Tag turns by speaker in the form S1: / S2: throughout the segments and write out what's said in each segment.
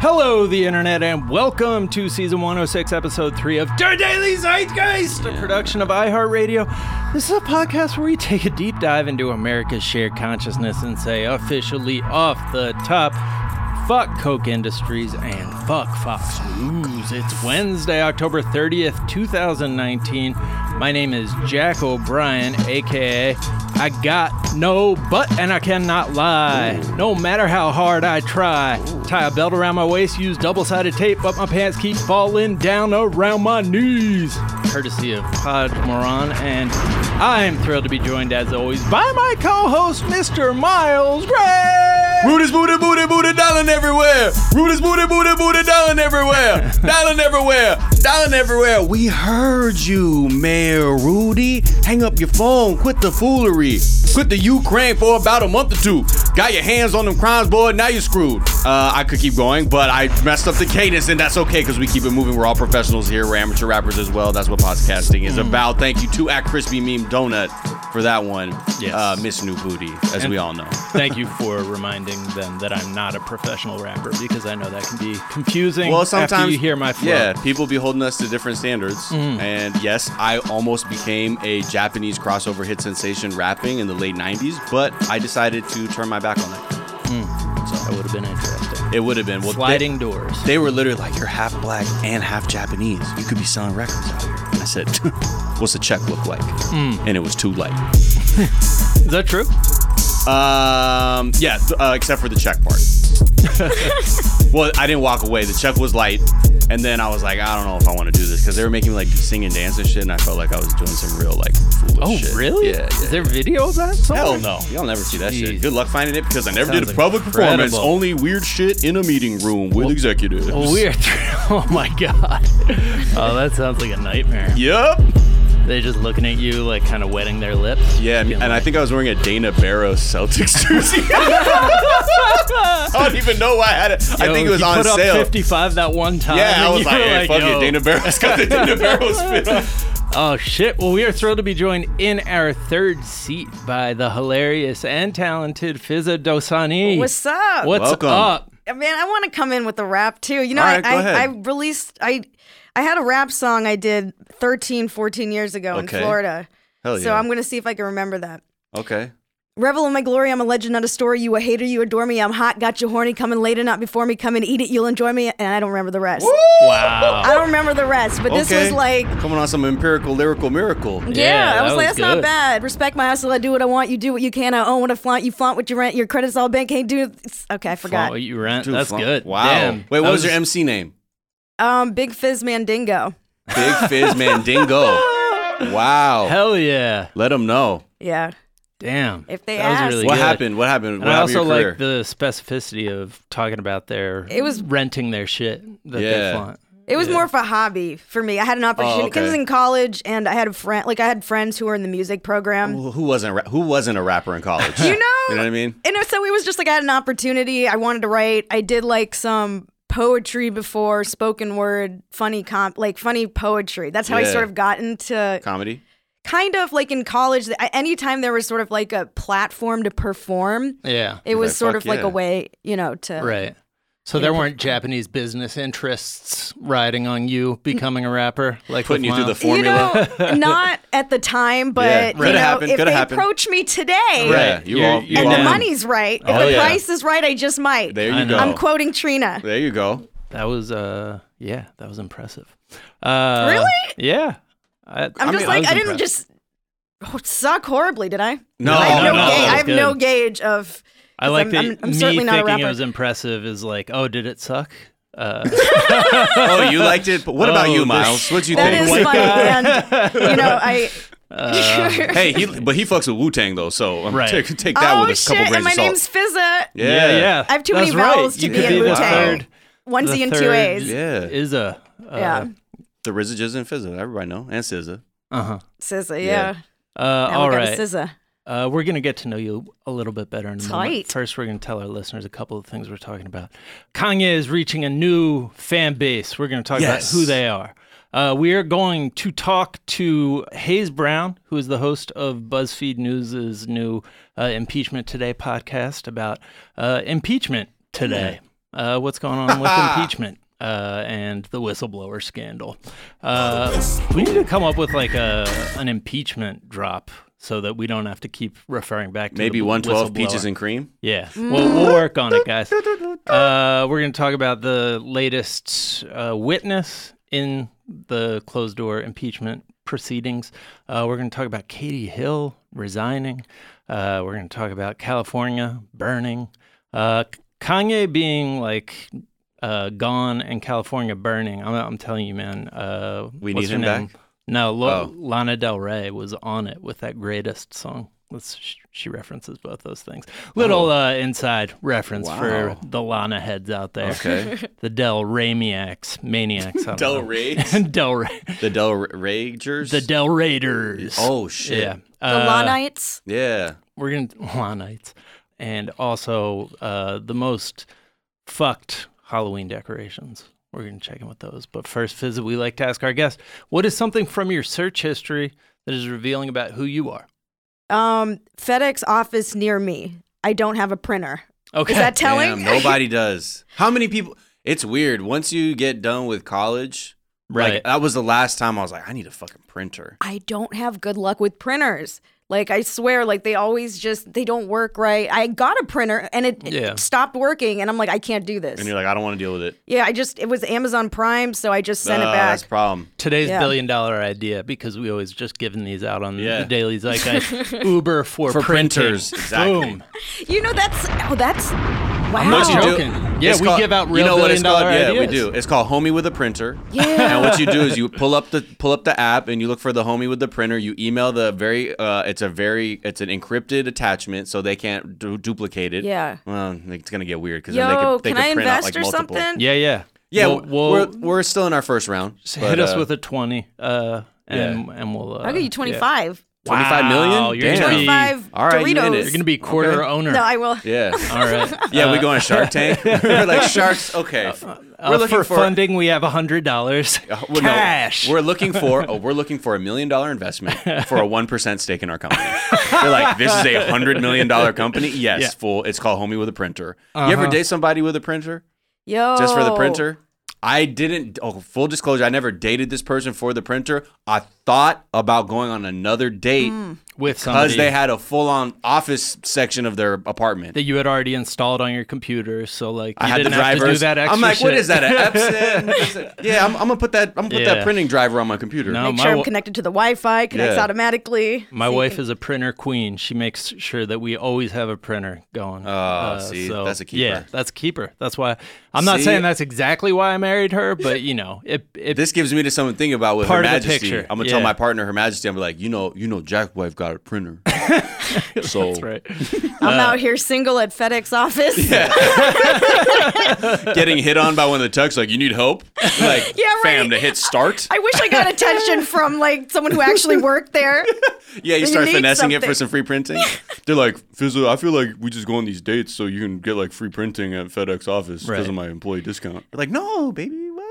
S1: Hello, the internet, and welcome to season 106, episode 3 of Der Daily Zeitgeist, a production of iHeartRadio. This is a podcast where we take a deep dive into America's shared consciousness and say officially off the top, fuck Coke Industries and fuck Fox News. It's Wednesday, October 30th, 2019. My name is Jack O'Brien, aka I got no butt and I cannot lie. No matter how hard I try, tie a belt around my waist, use double sided tape, but my pants keep falling down around my knees. Courtesy of Pod Moran, and I am thrilled to be joined as always by my co host, Mr. Miles Gray.
S2: Root is booty booty booty dialing everywhere. Root is booty booty booty dialing everywhere. dialing everywhere. Dialing everywhere. We heard you, Mayor Rudy. Hang up your phone. Quit the foolery. Quit the Ukraine for about a month or two. Got your hands on them crimes, boy. Now you screwed. Uh, I could keep going, but I messed up the cadence, and that's okay because we keep it moving. We're all professionals here. We're amateur rappers as well. That's what podcasting is about. Thank you to at Crispy Meme Donut for that one.
S1: Yes.
S2: Uh, Miss New Booty, as we all know.
S1: Thank you for reminding them that I'm not a professional rapper because I know that can be confusing.
S2: Well, sometimes
S1: after you hear my flow. Mm-hmm.
S2: Yeah, people be holding us to different standards. And yes, I almost became a Japanese crossover hit sensation rapping in the late '90s, but I decided to turn my back on it.
S1: that would have been interesting.
S2: It would have been well,
S1: Sliding
S2: They,
S1: doors.
S2: they were literally like, "You're half black and half Japanese. You could be selling records out here." And I said, "What's the check look like?"
S1: Mm.
S2: And it was too late.
S1: Is that true?
S2: Um, yeah, th- uh, except for the check part. well, I didn't walk away. The check was light, and then I was like, I don't know if I want to do this because they were making me like sing and dance and shit, and I felt like I was doing some real like foolish
S1: Oh,
S2: shit.
S1: really?
S2: Yeah. yeah.
S1: Is there video of that? somewhere?
S2: Hell no! Y'all never see that
S1: Jeez.
S2: shit. Good luck finding it because I never did
S1: Sounds
S2: a public performance.
S1: incredible.
S2: Only weird shit in a meeting room with executives.
S1: Oh, we are. oh my god. Oh, that sounds like a nightmare.
S2: Yep.
S1: They're just looking at you, like kind of wetting their lips.
S2: Yeah, and and I think I was wearing a Dana Barrow Celtics jersey. I don't even know why I had it. I
S1: Yo,
S2: think it was
S1: he
S2: on
S1: put
S2: sale.
S1: up 55 that one time.
S2: Yeah, I
S1: and
S2: was
S1: you
S2: like,
S1: were
S2: hey, fuck
S1: yo.
S2: it, Dana Barrow's got the Dana Barrow spit on.
S1: Oh shit! Well, we are thrilled to be joined in our third seat by the hilarious and talented Fizza Dosani.
S3: What's up?
S1: What's
S2: Welcome.
S1: up?
S3: I mean, I want to come in with the rap too. You know,
S2: All right,
S3: I,
S2: go
S3: I,
S2: ahead.
S3: I released I I had a rap song I did 13, 14 years ago
S2: Okay.
S3: in Florida.
S2: Hell
S3: So
S2: yeah.
S3: I'm gonna see if I can remember that.
S2: Okay.
S3: Revel in my glory, I'm a legend, not a story. You a hater, you adore me. I'm hot, got you horny, coming later, not before me. Come and eat it, you'll enjoy me. And I don't remember the rest.
S1: Wow.
S3: I don't remember the rest, but this
S2: okay.
S3: was like
S2: coming on some empirical lyrical miracle.
S1: Yeah,
S3: Yeah, I was
S1: that
S3: like,
S1: was
S3: that's
S1: good.
S3: not bad. Respect my hustle. I do what I want. You do what you can. I own what I flaunt. You flaunt what you rent. Your credit's all bent. Can't do. It's, okay, I forgot.
S1: Well, you rent.
S2: Dude,
S1: That's
S2: fun-
S1: good.
S2: Wow.
S1: Damn.
S2: Wait, what
S1: That
S2: was, your MC name?
S3: Um, Big Fizz Mandingo.
S2: Big Fizz Mandingo. Wow.
S1: Hell yeah.
S2: Let him know.
S3: Yeah.
S1: Damn.
S3: If they
S1: that was
S3: ask.
S1: really
S2: What
S1: good.
S2: happened? What happened?
S1: And
S2: what
S1: I
S2: happened to
S1: also
S2: your career?
S1: like the specificity of talking about their
S3: It was-
S1: renting their shit that they
S2: Yeah. Oh,
S1: flaunt.
S3: It was more of a hobby for me. I had an opportunity because I was
S2: okay.
S3: in college and I had a friend, like I had friends who were in the music program.
S2: who who wasn't ra- who wasn't a rapper in college?
S3: You know,
S2: You know what I mean?
S3: And so it was just like I had an opportunity. I wanted to write. I did like some poetry before spoken word, funny comp, like funny poetry. That's how
S2: Yeah.
S3: I sort of got into
S2: Comedy.
S3: kind of like in college. th- Anytime there was sort of like a platform to perform,
S1: Yeah.
S3: it was
S2: Like,
S3: sort
S2: fuck
S3: of like
S2: yeah.
S3: a way, you know, to
S1: Right. So there weren't Japanese business interests riding on you becoming a rapper, like
S2: Putting
S1: with
S2: you through the
S1: Miles?
S3: You
S2: formula.
S3: know, not at the time, but
S2: Yeah.
S3: you
S2: Coulda
S3: know,
S2: happened,
S3: if
S2: coulda
S3: they
S2: happened.
S3: approach me today,
S2: yeah,
S1: Right.
S2: you
S1: You're-
S2: all. You
S1: you're
S3: and
S2: all
S3: the
S1: Wow.
S3: money's right. If
S2: Oh,
S3: the
S2: yeah.
S3: price is right, I just might.
S2: There
S1: I
S2: you
S1: know.
S2: go.
S3: I'm quoting Trina.
S2: there you go.
S1: That was uh yeah, that was impressive. Uh
S3: Really?
S1: Yeah. I,
S3: I'm
S1: I
S3: just
S1: mean,
S3: like
S1: was
S3: I, didn't
S1: impressed.
S3: just oh, suck horribly, did I?
S2: No,
S3: I have
S1: no,
S3: no,
S1: no,
S3: ga-
S1: that
S3: I
S1: was
S3: have
S1: good.
S3: no gauge of.
S1: I like
S3: I'm-
S1: that
S3: I'm- I'm
S1: me
S3: certainly not a
S1: thinking it
S3: rapper.
S1: was impressive is like, oh, did it suck? Uh,
S2: oh, you liked it. But what about
S1: Oh,
S2: you,
S1: this-
S2: Miles? What'd you
S3: That
S2: think?
S3: is
S1: white
S3: funny, and you know I.
S2: hey, he, but he fucks with Wu Tang though, so um,
S1: Right.
S2: take, take that
S3: oh
S2: with a
S3: shit!
S2: couple
S3: And
S2: grains
S3: my
S2: of salt.
S3: name's Fizza.
S2: yeah,
S3: I have too many
S1: That's right.
S3: vowels to
S1: You
S3: be
S1: could
S3: in
S1: the
S3: Wu-Tang.
S1: third-
S3: One
S1: the
S3: Z and two
S1: third
S3: A's. Yeah.
S2: Yeah.
S1: Is a uh,
S2: The Rizza, Jizza, and Fizza. Everybody know. And Scissor.
S1: uh-huh.
S3: SZA,
S2: Yeah.
S3: yeah.
S1: Uh,
S3: Now
S1: all
S3: we got a
S1: right.
S3: SZA.
S1: Uh, we're going to get to know you a little bit better in a moment.
S3: Tight.
S1: First, we're going to tell our listeners a couple of things we're talking about. Kanye is reaching a new fan base. We're going to talk
S2: Yes.
S1: about who they are. Uh, we are going to talk to Hayes Brown, who is the host of BuzzFeed News' new uh, Impeachment Today podcast about uh, impeachment today. uh, what's going on with impeachment uh, and the whistleblower scandal. Uh, we need to come up with like a an impeachment drop so that we don't have to keep referring back to the
S2: Maybe
S1: b-
S2: 112
S1: whistleblower.
S2: peaches and cream.
S1: Yeah, we'll, we'll work on it, guys. Uh, we're going to talk about the latest uh, witness in the closed door impeachment proceedings. Uh, we're going to talk about Katie Hill resigning. Uh, we're going to talk about California burning. Uh, Kanye being like uh, gone and California burning. I'm, I'm telling you, man. Uh,
S2: We
S1: what's
S2: need
S1: her
S2: him
S1: name?
S2: back?
S1: No, Lo-
S2: Oh.
S1: Lana Del Rey was on it with that greatest song. That's, sh- she references both those things. Little uh, inside reference
S2: Oh. Wow.
S1: for the Lana heads out there.
S2: Okay.
S1: The Del Ramiacs, maniacs. I don't
S2: Del
S1: know.
S2: Rays?
S1: Del Ray-
S2: The Del Ragers?
S1: the Del Raiders.
S2: Oh, shit.
S1: yeah.
S3: The
S1: Uh,
S3: Lonites.
S2: Yeah.
S1: we're gonna Lanites, and also uh, the most fucked Halloween decorations. We're gonna check in with those. But first, Fizz, we like to ask our guests, what is something from your search history that is revealing about who you are?
S3: Um, FedEx office near me. I don't have a printer.
S1: Okay.
S3: Is that telling?
S2: Damn, nobody does. How many people? It's weird. Once you get done with college,
S1: right?
S2: like, that was the last time I was like, I need a fucking printer.
S3: I don't have good luck with printers. Like I swear, like they always just they don't work right. I got a printer and it, it
S1: Yeah.
S3: stopped working, and I'm like, I can't do this.
S2: And you're like, I don't want to deal with it.
S3: yeah, I just it was Amazon Prime, so I just sent
S2: Uh,
S3: it back.
S2: That's a problem.
S1: Today's
S3: Yeah.
S1: billion dollar idea because we always just giving these out on
S2: Yeah.
S1: the Daily Zeitgeist. Uber for,
S2: For
S1: printing.
S2: printers, exactly.
S1: Boom.
S3: You know that's oh that's wow.
S1: not
S2: What you do-
S1: joking. Yeah,
S2: it's
S1: we give out real
S2: you know what
S1: billion
S2: it's called?
S1: dollar
S2: Yeah, we
S1: ideas.
S2: do. It's called Homie with a Printer.
S3: Yeah.
S2: And what you do is you pull up the pull up the app and you look for the homie with the printer. You email the very uh, it's a very it's an encrypted attachment so they can't du- duplicate it.
S3: Yeah.
S2: Well, it's gonna get weird because
S3: Yo,
S2: then they could, they
S3: can
S2: could
S3: I
S2: print out
S3: invest
S2: like
S3: or
S2: multiple.
S3: something?
S1: Yeah, yeah.
S2: Yeah,
S1: we'll, we'll
S2: we're, we're still in our first round. uh,
S1: hit us with a twenty, uh, and and we'll. Uh,
S3: I'll give you
S1: yeah.
S3: 25.
S2: twenty five
S1: Wow,
S2: million.
S1: you're gonna be-
S2: Damn.
S3: 25
S2: All right, you in
S3: Doritos.
S2: it.
S1: You're gonna be quarter
S2: Okay.
S1: owner.
S3: No, I will.
S2: Yeah.
S1: All right.
S2: Yeah, we go on Shark Tank. we're like sharks. Okay,
S1: Uh, for, funding, we have hundred dollars
S2: Uh, well, no.
S1: cash.
S2: we're looking for oh, we're looking for a million dollar investment for a one percent stake in our company. You're like, this is a hundred million dollar company. Yes,
S1: Yeah. Uh-huh.
S2: fool. It's called Homie with a Printer. You ever date somebody with a printer
S3: Yo.
S2: just for the printer? I didn't. Oh, full disclosure, I never dated this person for the printer. I thought about going on another date
S1: with
S2: because
S1: somebody
S2: they had a full on office section of their apartment.
S1: that you had already installed on your computer, so like you
S2: I had the
S1: didn't have to do
S2: drivers.
S1: that extra.
S2: I'm like, what
S1: shit.
S2: is that? An Epson? yeah, I'm, I'm gonna put that. I'm gonna put that
S1: Yeah.
S2: printing driver on my computer.
S1: No,
S3: Make
S1: my
S3: sure I'm
S1: wa-
S3: connected to the Wi-Fi. Connects
S2: Yeah.
S3: automatically.
S1: My wife is a printer queen. She makes sure that we always have a printer going. Oh,
S2: see, that's a keeper.
S1: Yeah, that's a keeper. That's why I'm not
S2: See?
S1: saying that's exactly why I married her, but you know, it it
S2: This gives me to something to think about with
S1: Part
S2: Her
S1: of the
S2: Majesty.
S1: picture,
S2: I'm gonna tell
S1: yeah.
S2: my partner Her Majesty. I'm like, you know, you know, Jack wife got a printer. so
S1: that's right.
S3: I'm
S2: uh,
S3: out here single at FedEx office. Yeah,
S2: getting hit on by one of the texts, like, you need help. Like,
S3: Yeah, right.
S2: fam, the hit start.
S3: I wish I got attention from like someone who actually worked there.
S2: yeah, you
S3: you
S2: start
S3: need
S2: finessing it for
S3: something.
S2: some free printing. They're like, Fizzle, I feel like we just go on these dates so you can get like free printing at FedEx office because
S1: Right.
S2: of my employee discount. You're like, no, baby, what?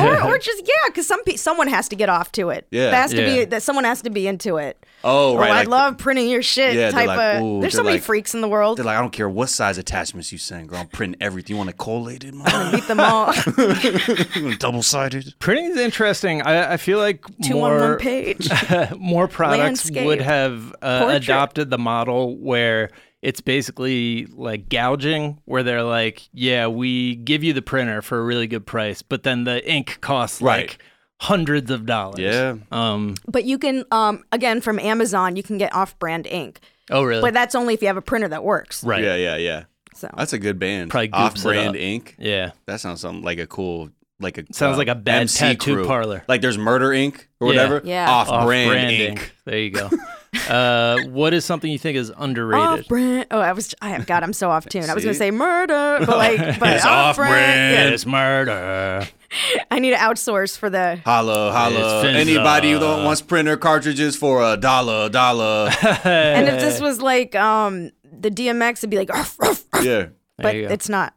S3: or, or just yeah, because some pe- someone has to get off to it.
S2: Yeah.
S3: that has to
S1: Yeah.
S3: be that someone has to be into it.
S2: Oh, right.
S3: oh, I
S2: like-
S3: love printing your shit.
S2: Yeah, they're
S3: type
S2: like,
S3: of.
S2: ooh,
S3: there's
S2: they're
S3: so many
S2: like-
S3: freaks in the world.
S2: They're like, I don't care what size attachments you send, girl. I'm printing everything. You want a collated, mother?
S3: Beat them all. Two
S2: you want double sided?
S1: Printing is interesting. I, I feel like more
S3: on one page.
S1: more products
S3: Landscape.
S1: would have uh,
S3: Portrait.
S1: adopted the model where it's basically like gouging, where they're like, yeah, we give you the printer for a really good price, but then the ink costs
S2: Right.
S1: like hundreds of dollars.
S2: Yeah.
S1: Um.
S3: But you can, um, again, from Amazon, you can get off-brand ink.
S1: Oh, really?
S3: But that's only if you have a printer that works.
S1: right.
S2: Yeah, yeah, yeah.
S3: So
S2: That's a good band.
S1: Probably goops it
S2: Off-brand
S1: up.
S2: Ink.
S1: Yeah.
S2: That sounds something like a cool, like a
S1: Sounds like a bad
S2: MC
S1: tattoo
S2: crew.
S1: parlor.
S2: Like there's Murder Inc. or whatever.
S3: Yeah.
S2: Off-brand,
S1: Off-brand
S2: Ink.
S1: ink. There you go. uh, what is something you think is underrated?
S3: off-brand. Oh, I was. I God, I'm so off tune. I was gonna
S2: See?
S3: say murder, but like, but
S1: It's
S3: off-brand.
S1: It's murder.
S3: Yeah. I need to outsource for the.
S2: Holla, holla.
S1: It's
S2: Anybody who
S1: Finza.
S2: don't- wants printer cartridges for a dollar, dollar.
S3: And if
S2: Uh,
S3: this was like um the DMX, it'd be like, "Arf, arf,"
S2: yeah.
S3: but
S1: you go.
S3: it's not.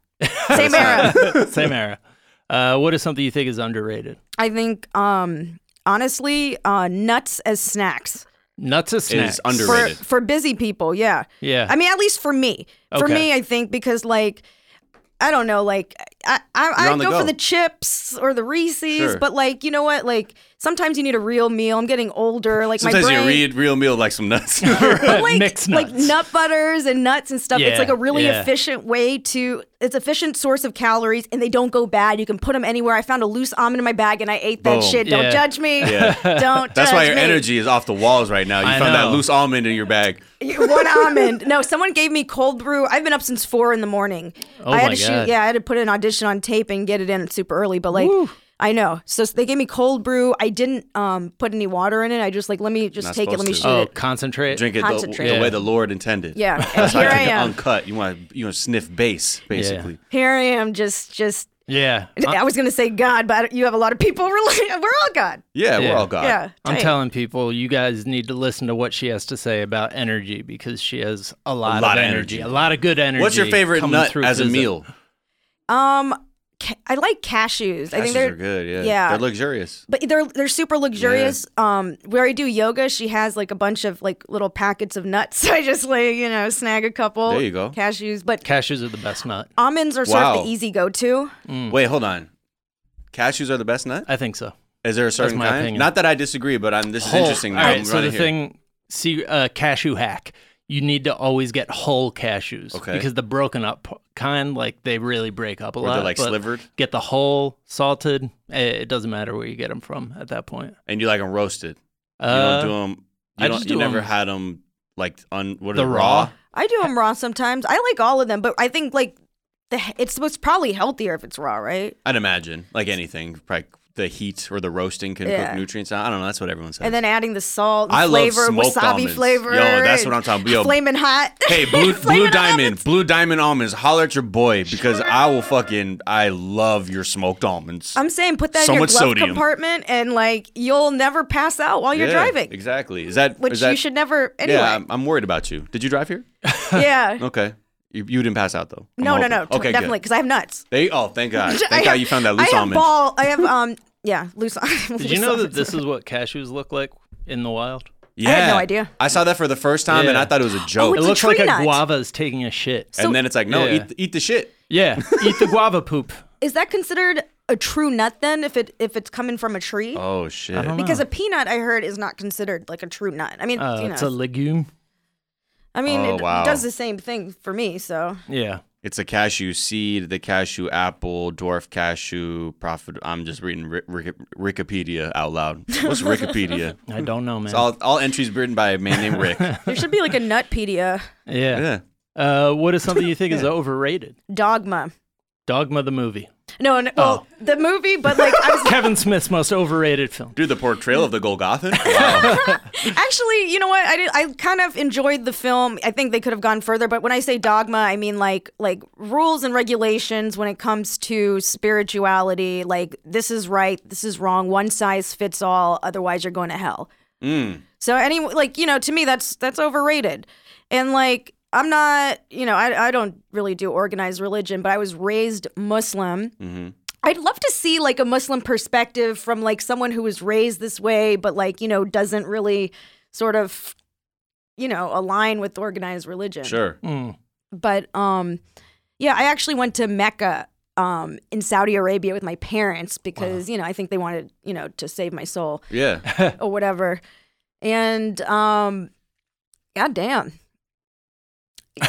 S3: Same era.
S1: Same era. Uh, what is something you think is underrated?
S3: I think um honestly, uh nuts as snacks.
S1: Nuts is snacks.
S2: under-
S3: For
S2: Underrated.
S3: for busy people, yeah.
S1: Yeah.
S3: I mean, at least for me. For
S1: Okay.
S3: me, I think because like I don't know, like I I,
S2: You're
S3: I
S2: on
S3: go,
S2: the
S3: for
S2: go.
S3: the chips or the Reese's,
S2: Sure.
S3: but like you know what, like sometimes you need a real meal. I'm getting older, like
S2: Sometimes
S3: my brain.
S2: you read real meal like some nuts.
S3: but like,
S1: Mixed
S3: like
S1: nuts.
S3: nut butters and nuts and stuff.
S1: Yeah,
S3: it's like a really
S1: yeah.
S3: efficient way to. It's efficient source of calories, and they don't go bad. You can put them anywhere. I found a loose almond in my bag, and I ate that
S2: Boom.
S3: shit. Don't
S1: Yeah.
S3: judge me.
S2: Yeah.
S3: Don't.
S2: That's
S3: judge
S2: why your
S3: me.
S2: energy is off the walls right now. You
S1: I
S2: found
S1: know.
S2: that loose almond in your bag.
S3: One almond. No, someone gave me cold brew. I've been up since four in the morning.
S1: Oh
S3: I had
S1: my
S3: to
S1: God.
S3: shoot. Yeah, I had to put an audition on tape and get it in super early. But like, I know. So they gave me cold brew. I didn't um, put any water in it. I just like let me just
S2: Not
S3: take it. Let me
S2: supposed
S3: shoot
S2: to.
S1: Oh,
S3: it.
S1: concentrate.
S2: Drink it the,
S3: Concentrate.
S2: the way
S1: Yeah.
S2: the Lord intended.
S3: Yeah, and
S2: That's how
S3: here
S2: you
S3: I
S2: drink it
S3: am.
S2: uncut. You want to you want to sniff base basically.
S3: Here I am, just just.
S1: Yeah.
S2: Uh,
S1: I'm,
S3: I was gonna say God, but you have a lot of people. Really, we're all God.
S2: Yeah,
S1: Yeah.
S2: we're all God.
S3: Yeah,
S1: I'm
S3: tight.
S1: telling people, you guys need to listen to what she has to say about energy because she has a lot,
S2: lot
S1: of
S2: of
S1: energy,
S2: energy.
S1: a lot of good energy.
S2: What's your favorite
S1: coming
S2: nut
S1: through
S2: as a
S1: physics.
S2: meal?
S3: Um, ca- I like cashews. I think
S2: Cashews
S3: they're
S2: are good. Yeah.
S3: yeah.
S2: They're luxurious.
S3: but they're they're super luxurious. Um, where I do yoga, she has like a bunch of like little packets of nuts. So I just like you know snag a couple.
S2: There you go.
S3: Cashews, but
S1: Cashews are the best nut.
S3: almonds are sort
S2: Wow.
S3: of the easy go to.
S1: Hmm.
S2: Wait, hold on. Cashews are the best nut.
S1: I think so.
S2: Is there a certain
S1: my
S2: kind?
S1: opinion. Oh,
S2: Not that I disagree, but I'm. This is interesting.
S1: All right,
S2: I'm
S1: so the
S2: running here.
S1: thing, see, uh, cashew hack. You need to always get whole cashews
S2: Okay.
S1: because the broken up p- kind, like they really break up a
S2: Or
S1: lot.
S2: they're like
S1: but
S2: slivered,
S1: Get the whole salted. eh, It doesn't matter where you get them from at that point.
S2: and you like them roasted.
S1: Uh,
S2: you don't do them. You
S1: I
S2: don't.
S1: just
S2: you
S1: do
S2: never
S1: 'em-
S2: had them like on what are
S1: The
S2: they,
S1: raw?
S3: I do them raw sometimes. I like all of them, but I think like the it's it's probably healthier if it's raw, right?
S2: I'd imagine like anything. Probably the heat or the roasting can
S3: Yeah.
S2: cook nutrients out. I don't know. That's what everyone says.
S3: And then adding the salt, and
S2: I love
S3: flavor,
S2: smoked
S3: wasabi
S2: almonds.
S3: flavor.
S2: Yo, that's what I'm talking about. Yo,
S3: Flaming hot.
S2: Hey, blue blue
S3: Flaming
S2: diamond,
S3: almonds.
S2: blue diamond almonds. Holler at your boy because I will fucking I love your smoked almonds.
S3: I'm saying put that
S2: So
S3: in your
S2: much
S3: glove
S2: sodium.
S3: compartment, and like you'll never pass out while you're
S2: Yeah,
S3: driving,
S2: Exactly. Is that
S3: which
S2: is that,
S3: you should never anyway.
S2: Yeah, I'm, I'm worried about you. Did you drive here?
S3: yeah.
S2: Okay. You, you didn't pass out though. I'm
S3: No, no,
S2: hoping.
S3: no.
S2: Okay,
S3: Okay,
S2: good.
S3: definitely, because I have nuts.
S2: They oh thank God.
S3: I
S2: Thank God
S3: have-
S2: you found that loose
S3: I have
S2: almond.
S3: Ball. I have um. Yeah, loose.
S1: Did you know that this is what cashews look like in the wild?
S2: Yeah.
S3: had no idea. Oh,
S2: I saw that for the first time and
S1: Yeah.
S2: I thought it was a joke.
S1: it
S3: It's a
S1: looks like
S3: tree
S1: a
S3: nut.
S1: guava is taking a shit.
S2: and then it's like, no,
S1: Yeah.
S2: eat, eat the shit.
S1: yeah, eat the guava poop.
S3: Is that considered a true nut then? If it if it's coming from a tree?
S2: Oh shit.
S1: don't
S3: because a peanut, I heard, is not considered like a true nut. I mean,
S1: Uh,
S3: you know,
S1: it's a legume.
S3: I mean,
S2: Oh,
S3: it
S2: wow.
S3: does the same thing for me. So
S1: Yeah.
S2: It's a cashew seed, the cashew apple, dwarf cashew, profit. I'm just reading Ri- Ri- Wikipedia out loud. What's Wikipedia?
S3: Hmm.
S1: I don't know, man.
S2: It's all, all entries written by a man named Rick.
S3: there should be like a nutpedia
S1: yeah.
S2: yeah.
S1: Uh, what is something you think is overrated?
S3: dogma.
S1: Dogma the movie.
S3: No, no well,
S1: Oh.
S3: the movie, but like I was
S1: Kevin Smith's most overrated film.
S2: Dude, the portrayal of the Golgothan? Wow.
S3: Actually, you know what? I did, I kind of enjoyed the film. I think they could have gone further, but when I say dogma, I mean like like rules and regulations when it comes to spirituality. Like this is right, this is wrong. One size fits all. Otherwise, you're going to hell.
S2: Mm,
S3: So any like you know to me that's that's overrated, and like I'm not you know I I don't really do organized religion, but I was raised Muslim.
S2: mm-hmm.
S3: I'd love to see like a Muslim perspective from like someone who was raised this way, but like you know doesn't really sort of you know align with organized religion.
S2: sure.
S1: Hmm.
S3: But um, yeah, I actually went to Mecca um in Saudi Arabia with my parents because you know I think they wanted you know to save my soul
S2: Yeah.
S3: or whatever. And um god damn.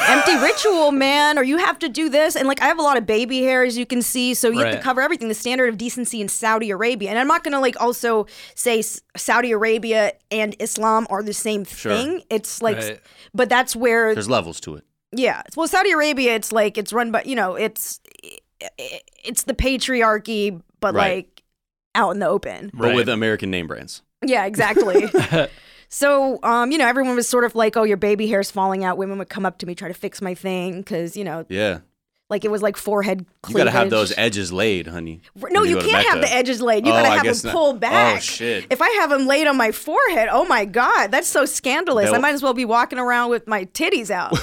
S3: Empty ritual, man, or you have to do this. And like I have a lot of baby hair as you can see, so you have
S1: Right.
S3: to cover everything. The standard of decency in Saudi Arabia. And I'm not gonna like also say S- Saudi Arabia and Islam are the same
S2: Sure.
S3: thing. It's like
S1: Right.
S3: but that's where
S2: There's levels to it.
S3: yeah. Well, Saudi Arabia, it's like it's run by you know it's it's the patriarchy, but
S2: Right.
S3: like out in the open.
S2: But
S1: Right.
S2: with American name brands.
S3: Yeah, exactly. so, um, you know, everyone was sort of like, "Oh, your baby hair's falling out." Women would come up to me, try to fix my thing, because you know,
S2: Yeah.
S3: like it was like forehead.
S2: You
S3: Cleavage.
S2: gotta have those edges laid, honey.
S3: No,
S2: when
S3: you,
S2: go to
S3: can't have
S2: Mecca.
S3: the edges laid. You
S2: Oh,
S3: gotta
S2: I
S3: have
S2: guess
S3: them
S2: not.
S3: pulled back.
S2: Oh, shit.
S3: If I have them laid on my forehead, oh my god, that's so scandalous. I
S2: They'll-
S3: might as well be walking around with my titties out.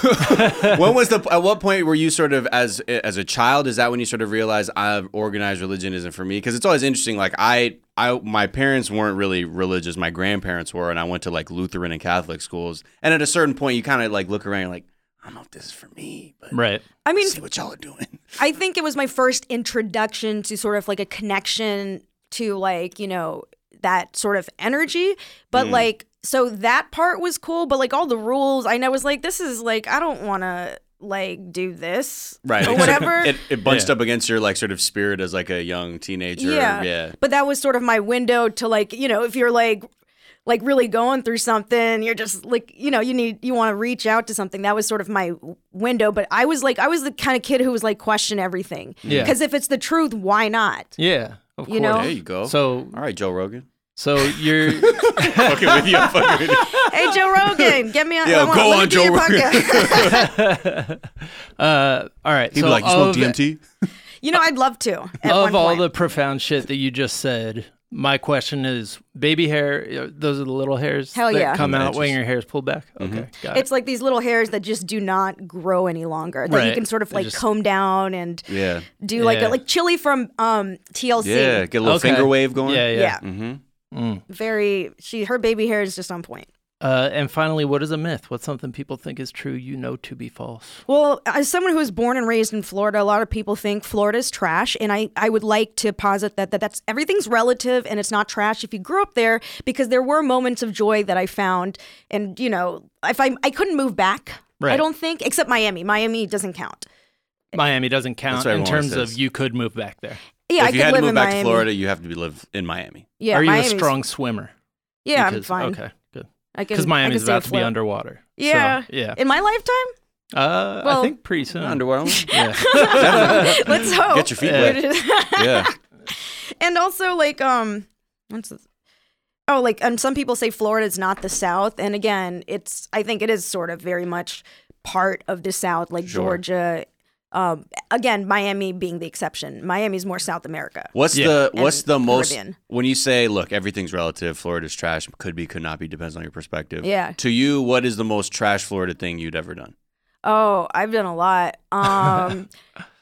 S2: when was the at what point were you sort of as as a child is that when you sort of realized I organized religion isn't for me because it's always interesting like I I my parents weren't really religious my grandparents were and I went to like Lutheran and Catholic schools and at a certain point you kind of like look around and you're like I don't know if this is for me, but
S1: Right.
S3: I mean,
S2: see what y'all are doing.
S3: I think it was my first introduction to sort of like a connection to like, you know, that sort of energy. But
S2: Hmm.
S3: like, so that part was cool, but like all the rules, I know was like, this is like, I don't want to like do this
S2: Right.
S3: or whatever.
S2: It, it bunched
S1: Yeah.
S2: up against your like sort of spirit as like a young teenager.
S3: yeah.
S2: Yeah.
S3: But that was sort of my window to like, you know, if you're like, like really going through something, you're just like, you know, you need, you want to reach out to something. That was sort of my w- window. But I was like, I was the kind of kid who was like, question everything.
S1: Yeah.
S3: Because if it's the truth, why not?
S1: Yeah. Of
S3: You
S1: course.
S3: know?
S2: There you go.
S1: So
S2: all right, Joe Rogan.
S1: so you're
S2: fucking with you. I'm fucking with you.
S3: hey Joe Rogan, get me on.
S2: Yeah,
S3: I want-
S2: go
S3: let me
S2: on,
S3: do
S2: Joe
S3: your
S2: Rogan.
S3: podcast.
S1: uh all right.
S2: He'd
S1: so
S2: be like, you
S1: of,
S2: smoke DMT?
S3: you know, I'd love to. At
S1: of
S3: one
S1: all
S3: point.
S1: the profound shit that you just said, my question is baby hair, uh, those are the little hairs
S3: Hell
S1: that
S3: yeah.
S1: come out when
S2: Edges.
S1: your hair's pulled back.
S2: Mm-hmm.
S1: Okay. Got it.
S3: it's like these little hairs that just do not grow any longer. That
S1: Right.
S3: you can sort of
S1: They
S3: like
S1: just-
S3: comb down and
S2: Yeah.
S3: do like
S1: Yeah.
S3: a, like Chili from um TLC.
S2: Yeah. Get a little
S1: Okay.
S2: finger wave going.
S1: Yeah, yeah.
S3: Yeah.
S2: Mm-hmm.
S3: very. She her baby hair is just on point.
S1: Uh, and finally, what is a myth? What's something people think is true you know to be false?
S3: Well, as someone who was born and raised in Florida, a lot of people think Florida's trash, and I, I would like to posit that, that that's everything's relative and it's not trash if you grew up there because there were moments of joy that I found, and you know, if I I couldn't move back,
S1: Right.
S3: I don't think except Miami. Miami doesn't count. Eh.
S1: Miami doesn't count
S2: what
S1: in
S2: everyone
S1: terms
S2: says.
S1: of you could move back there.
S3: Yeah, I
S2: if you
S3: could
S2: had to
S3: live
S2: move
S3: in
S2: back
S3: Miami.
S2: to Florida, you have to be live in Miami.
S3: Yeah,
S1: Are you
S3: Miami's-
S1: a strong swimmer?
S3: Yeah, I'm
S1: Because-
S3: fine.
S1: Okay, good.
S3: I can- I
S1: Because
S3: can
S1: Miami's
S3: stay
S1: about to be
S3: afloat.
S1: underwater. So,
S3: Yeah.
S1: yeah.
S3: In my lifetime,
S1: Uh, I
S3: Well-
S1: think pretty soon.
S2: Mm. Underworld.
S1: Yeah.
S3: let's hope.
S2: Get your feet
S1: Yeah.
S2: wet. Yeah.
S3: and also like um what's this? oh like and some people say florida's not the south and again it's i think it is sort of very much part of the south like
S2: Sure.
S3: georgia um again miami being the exception miami's more south america
S2: What's
S1: Yeah.
S2: the what's
S3: And
S2: the most
S3: Caribbean.
S2: when you say look everything's relative Florida's trash could be could not be depends on your perspective
S3: Yeah.
S2: to you what is the most trash Florida thing you'd ever done
S3: oh i've done a lot um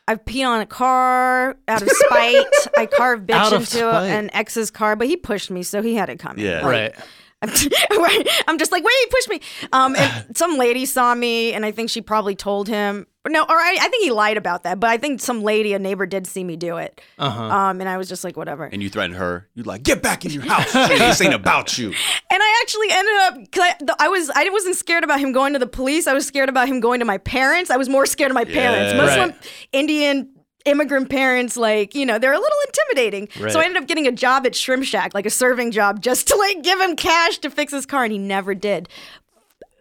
S3: I've peed on a car out of spite. I carved bitch
S1: Out of
S3: into
S1: spite.
S3: an ex's car, but he pushed me, so he had it coming.
S2: Yeah.
S3: Like,
S1: right.
S3: Right. I'm just like, wait, he pushed me. Um, and some lady saw me, and I think she probably told him. No, or I, I think he lied about that, but I think some lady, a neighbor, did see me do it.
S1: Uh-huh.
S3: Um, and I was just like, whatever. And
S2: and you threatened her you'd like get back in your house this ain't about you
S3: I actually ended up, cause I, the, I was, I wasn't scared about him going to the police. I was scared about him going to my parents. I was more scared of my parents.
S2: Yeah.
S3: Muslim,
S1: Right.
S3: Indian. Immigrant parents, like, you know, they're a little intimidating.
S1: Right.
S3: So I ended up getting a job at Shrimp Shack, like a serving job, just to like give him cash to fix his car, and he never did.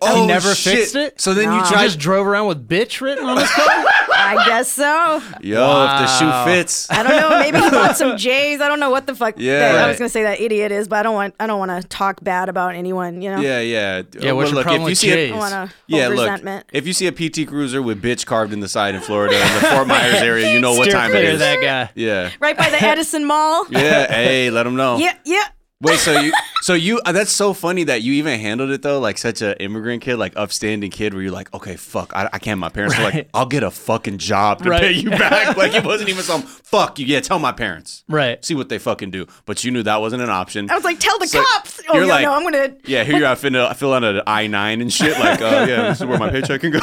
S2: oh
S1: never fixed it?
S2: so then you
S1: You
S2: tried
S1: just drove around with bitch written on his car?
S3: I guess so.
S2: yo if the
S1: Wow.
S2: shoe fits
S3: I don't know. Maybe he bought some J's. I don't know what the fuck.
S2: Yeah.
S3: that- I
S2: Right.
S3: was gonna say that idiot is, but I don't want. I don't want to talk bad about anyone. You know.
S2: yeah yeah
S1: Yeah, what's your problem with
S2: see
S1: J's?
S3: I
S1: I
S3: want to
S2: yeah
S3: hold
S2: look
S3: resentment.
S2: if you see a PT Cruiser with bitch carved in the side in Florida in the Fort Myers area you know what
S1: Steer
S2: time it
S1: clear of
S2: is
S1: that guy.
S2: yeah
S3: Right by the Edison Mall.
S2: yeah hey let them know
S3: Yeah. Yeah.
S2: Wait, so you, so you, uh, that's so funny that you even handled it though, like such an immigrant kid, like upstanding kid, where you're like, okay, fuck, I, I can't. My parents are like,
S1: Right.
S2: I'll get a fucking job to
S1: Right.
S2: pay you back. like it wasn't even some fuck you. Yeah, tell my parents,
S1: Right.
S2: see what they fucking do. But you knew that wasn't an option.
S3: I was like, tell the
S2: So
S3: cops. Oh
S2: you're
S3: yeah,
S2: like-
S3: no, I'm gonna.
S2: yeah, here you are, finna fill out an I nine and shit. Like, uh, yeah, this is where my paycheck can go.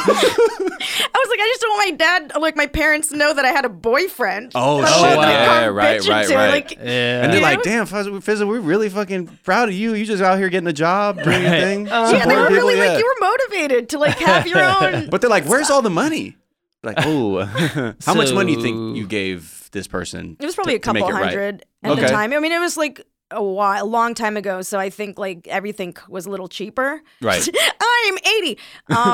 S3: I was like, I just don't want my dad, like my parents, to know that I had a boyfriend.
S2: Oh,
S3: I don't
S1: shit,
S3: want them to
S1: yeah,
S3: come
S2: right,
S3: bitch
S2: right,
S3: into it,
S2: right.
S3: like-
S1: Yeah.
S2: and they're
S3: Yeah.
S2: like, damn, Fizz, Fizz, we're really fucking proud of you. You just out here getting a job, doing your
S1: Right.
S2: thing.
S3: Uh-huh. yeah, they
S2: supporting
S3: were really
S2: people, yeah.
S3: like, you were motivated to like have your own.
S2: But they're like, "Where's all the money?" Like, oh, how much money do you
S1: So-
S2: think you gave this person?
S3: It was probably
S2: to- to
S3: a
S2: make
S3: couple
S2: it right?
S3: hundred at
S2: Okay.
S3: the time. I mean, it was like a while, a long time ago. So I think like everything was a little cheaper.
S2: Right.
S3: I'm 80.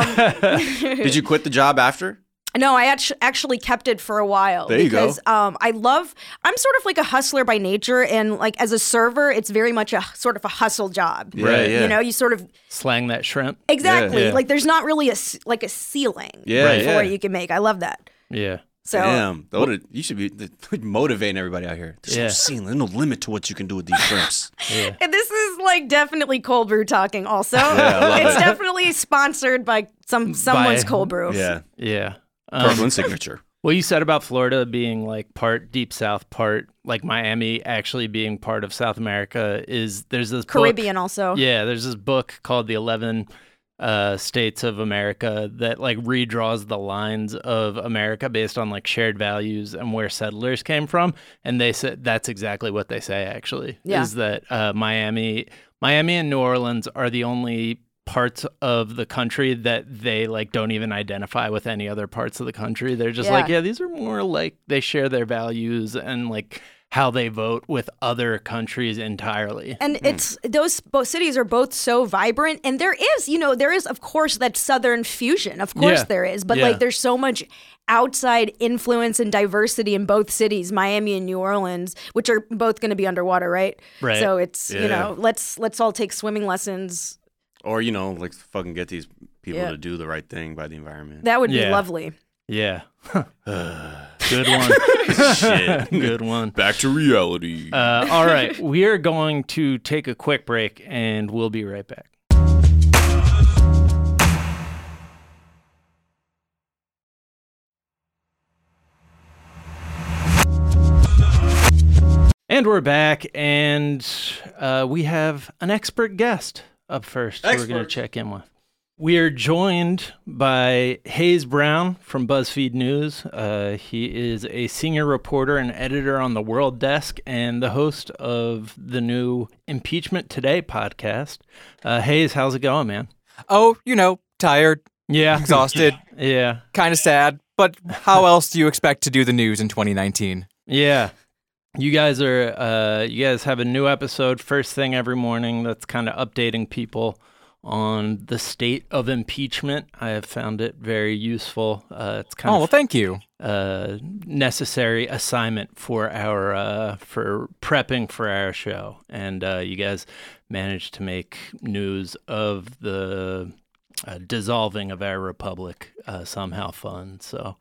S3: Um,
S2: Did you quit the job after?
S3: no, I actu- actually kept it for a while.
S2: There you go.
S3: because, Um, I love, I'm sort of like a hustler by nature. And like as a server, it's very much a h- sort of a hustle job.
S2: Right, yeah.
S3: You know, you sort of,
S1: Slang that shrimp.
S3: exactly.
S1: Yeah.
S3: Like there's not really a, s- like a ceiling
S2: Yeah,
S1: Right.
S3: for
S2: yeah.
S3: what you can make. I love that.
S1: Yeah.
S3: So
S2: Damn, that would've- you should be th- motivating everybody out here. There's no
S1: Yeah.
S2: ceiling, there's no limit to what you can do with these shrimps.
S1: Yeah.
S3: And this is like definitely cold brew talking. Also,
S2: I love
S3: it's
S2: it.
S3: definitely sponsored by some someone's
S1: By-
S3: cold brew.
S2: yeah,
S1: Yeah. Um,
S2: Kirkland signature.
S1: Well, you said about Florida being like part deep south, part like Miami actually being part of South America is there's this book-
S3: Caribbean also.
S1: yeah, there's this book called The Eleven uh, states of America that like redraws the lines of America based on like shared values and where settlers came from. And they said that's exactly what they say actually
S3: Yeah.
S1: is that uh, Miami, Miami and New Orleans are the only parts of the country that they like don't even identify with any other parts of the country. They're just
S3: Yeah.
S1: like, yeah, these are more like they share their values and like how they vote with other countries entirely.
S3: And it's those both cities are both so vibrant, and there is, you know, there is of course that southern fusion, of course
S1: Yeah.
S3: there is, but
S1: Yeah.
S3: like there's so much outside influence and diversity in both cities, Miami and New Orleans, which are both going to be underwater, right?
S1: Right.
S3: So it's
S4: Yeah.
S3: you know, let's let's all take swimming lessons.
S4: Or you know, like fucking get these people
S3: Yeah.
S4: to do the right thing by the environment.
S3: That would
S1: Yeah.
S3: be lovely.
S1: Yeah. Good one.
S4: Shit.
S1: Good one.
S4: Back to reality.
S1: Uh, all right. We are going to take a quick break and we'll be right back. And we're back, and uh, we have an expert guest up first. who We're going to
S4: Expert.
S1: check in with. We are joined by Hayes Brown from BuzzFeed News. Uh, he is a senior reporter and editor on the World Desk and the host of the new Impeachment Today podcast. Uh, Hayes, how's it going, man?
S5: Oh, you know, tired,
S1: Yeah.
S5: exhausted,
S1: Yeah.
S5: kind of sad, but how else do you expect to do the news in 2019?
S1: Yeah. You guys are uh you guys have a new episode first thing every morning that's kind of updating people on the state of impeachment. I have found it very useful. Uh it's kind
S5: Oh, well,
S1: of
S5: thank you.
S1: uh necessary assignment for our uh for prepping for our show. And uh you guys managed to make news of the uh, dissolving of our republic uh, somehow fun. So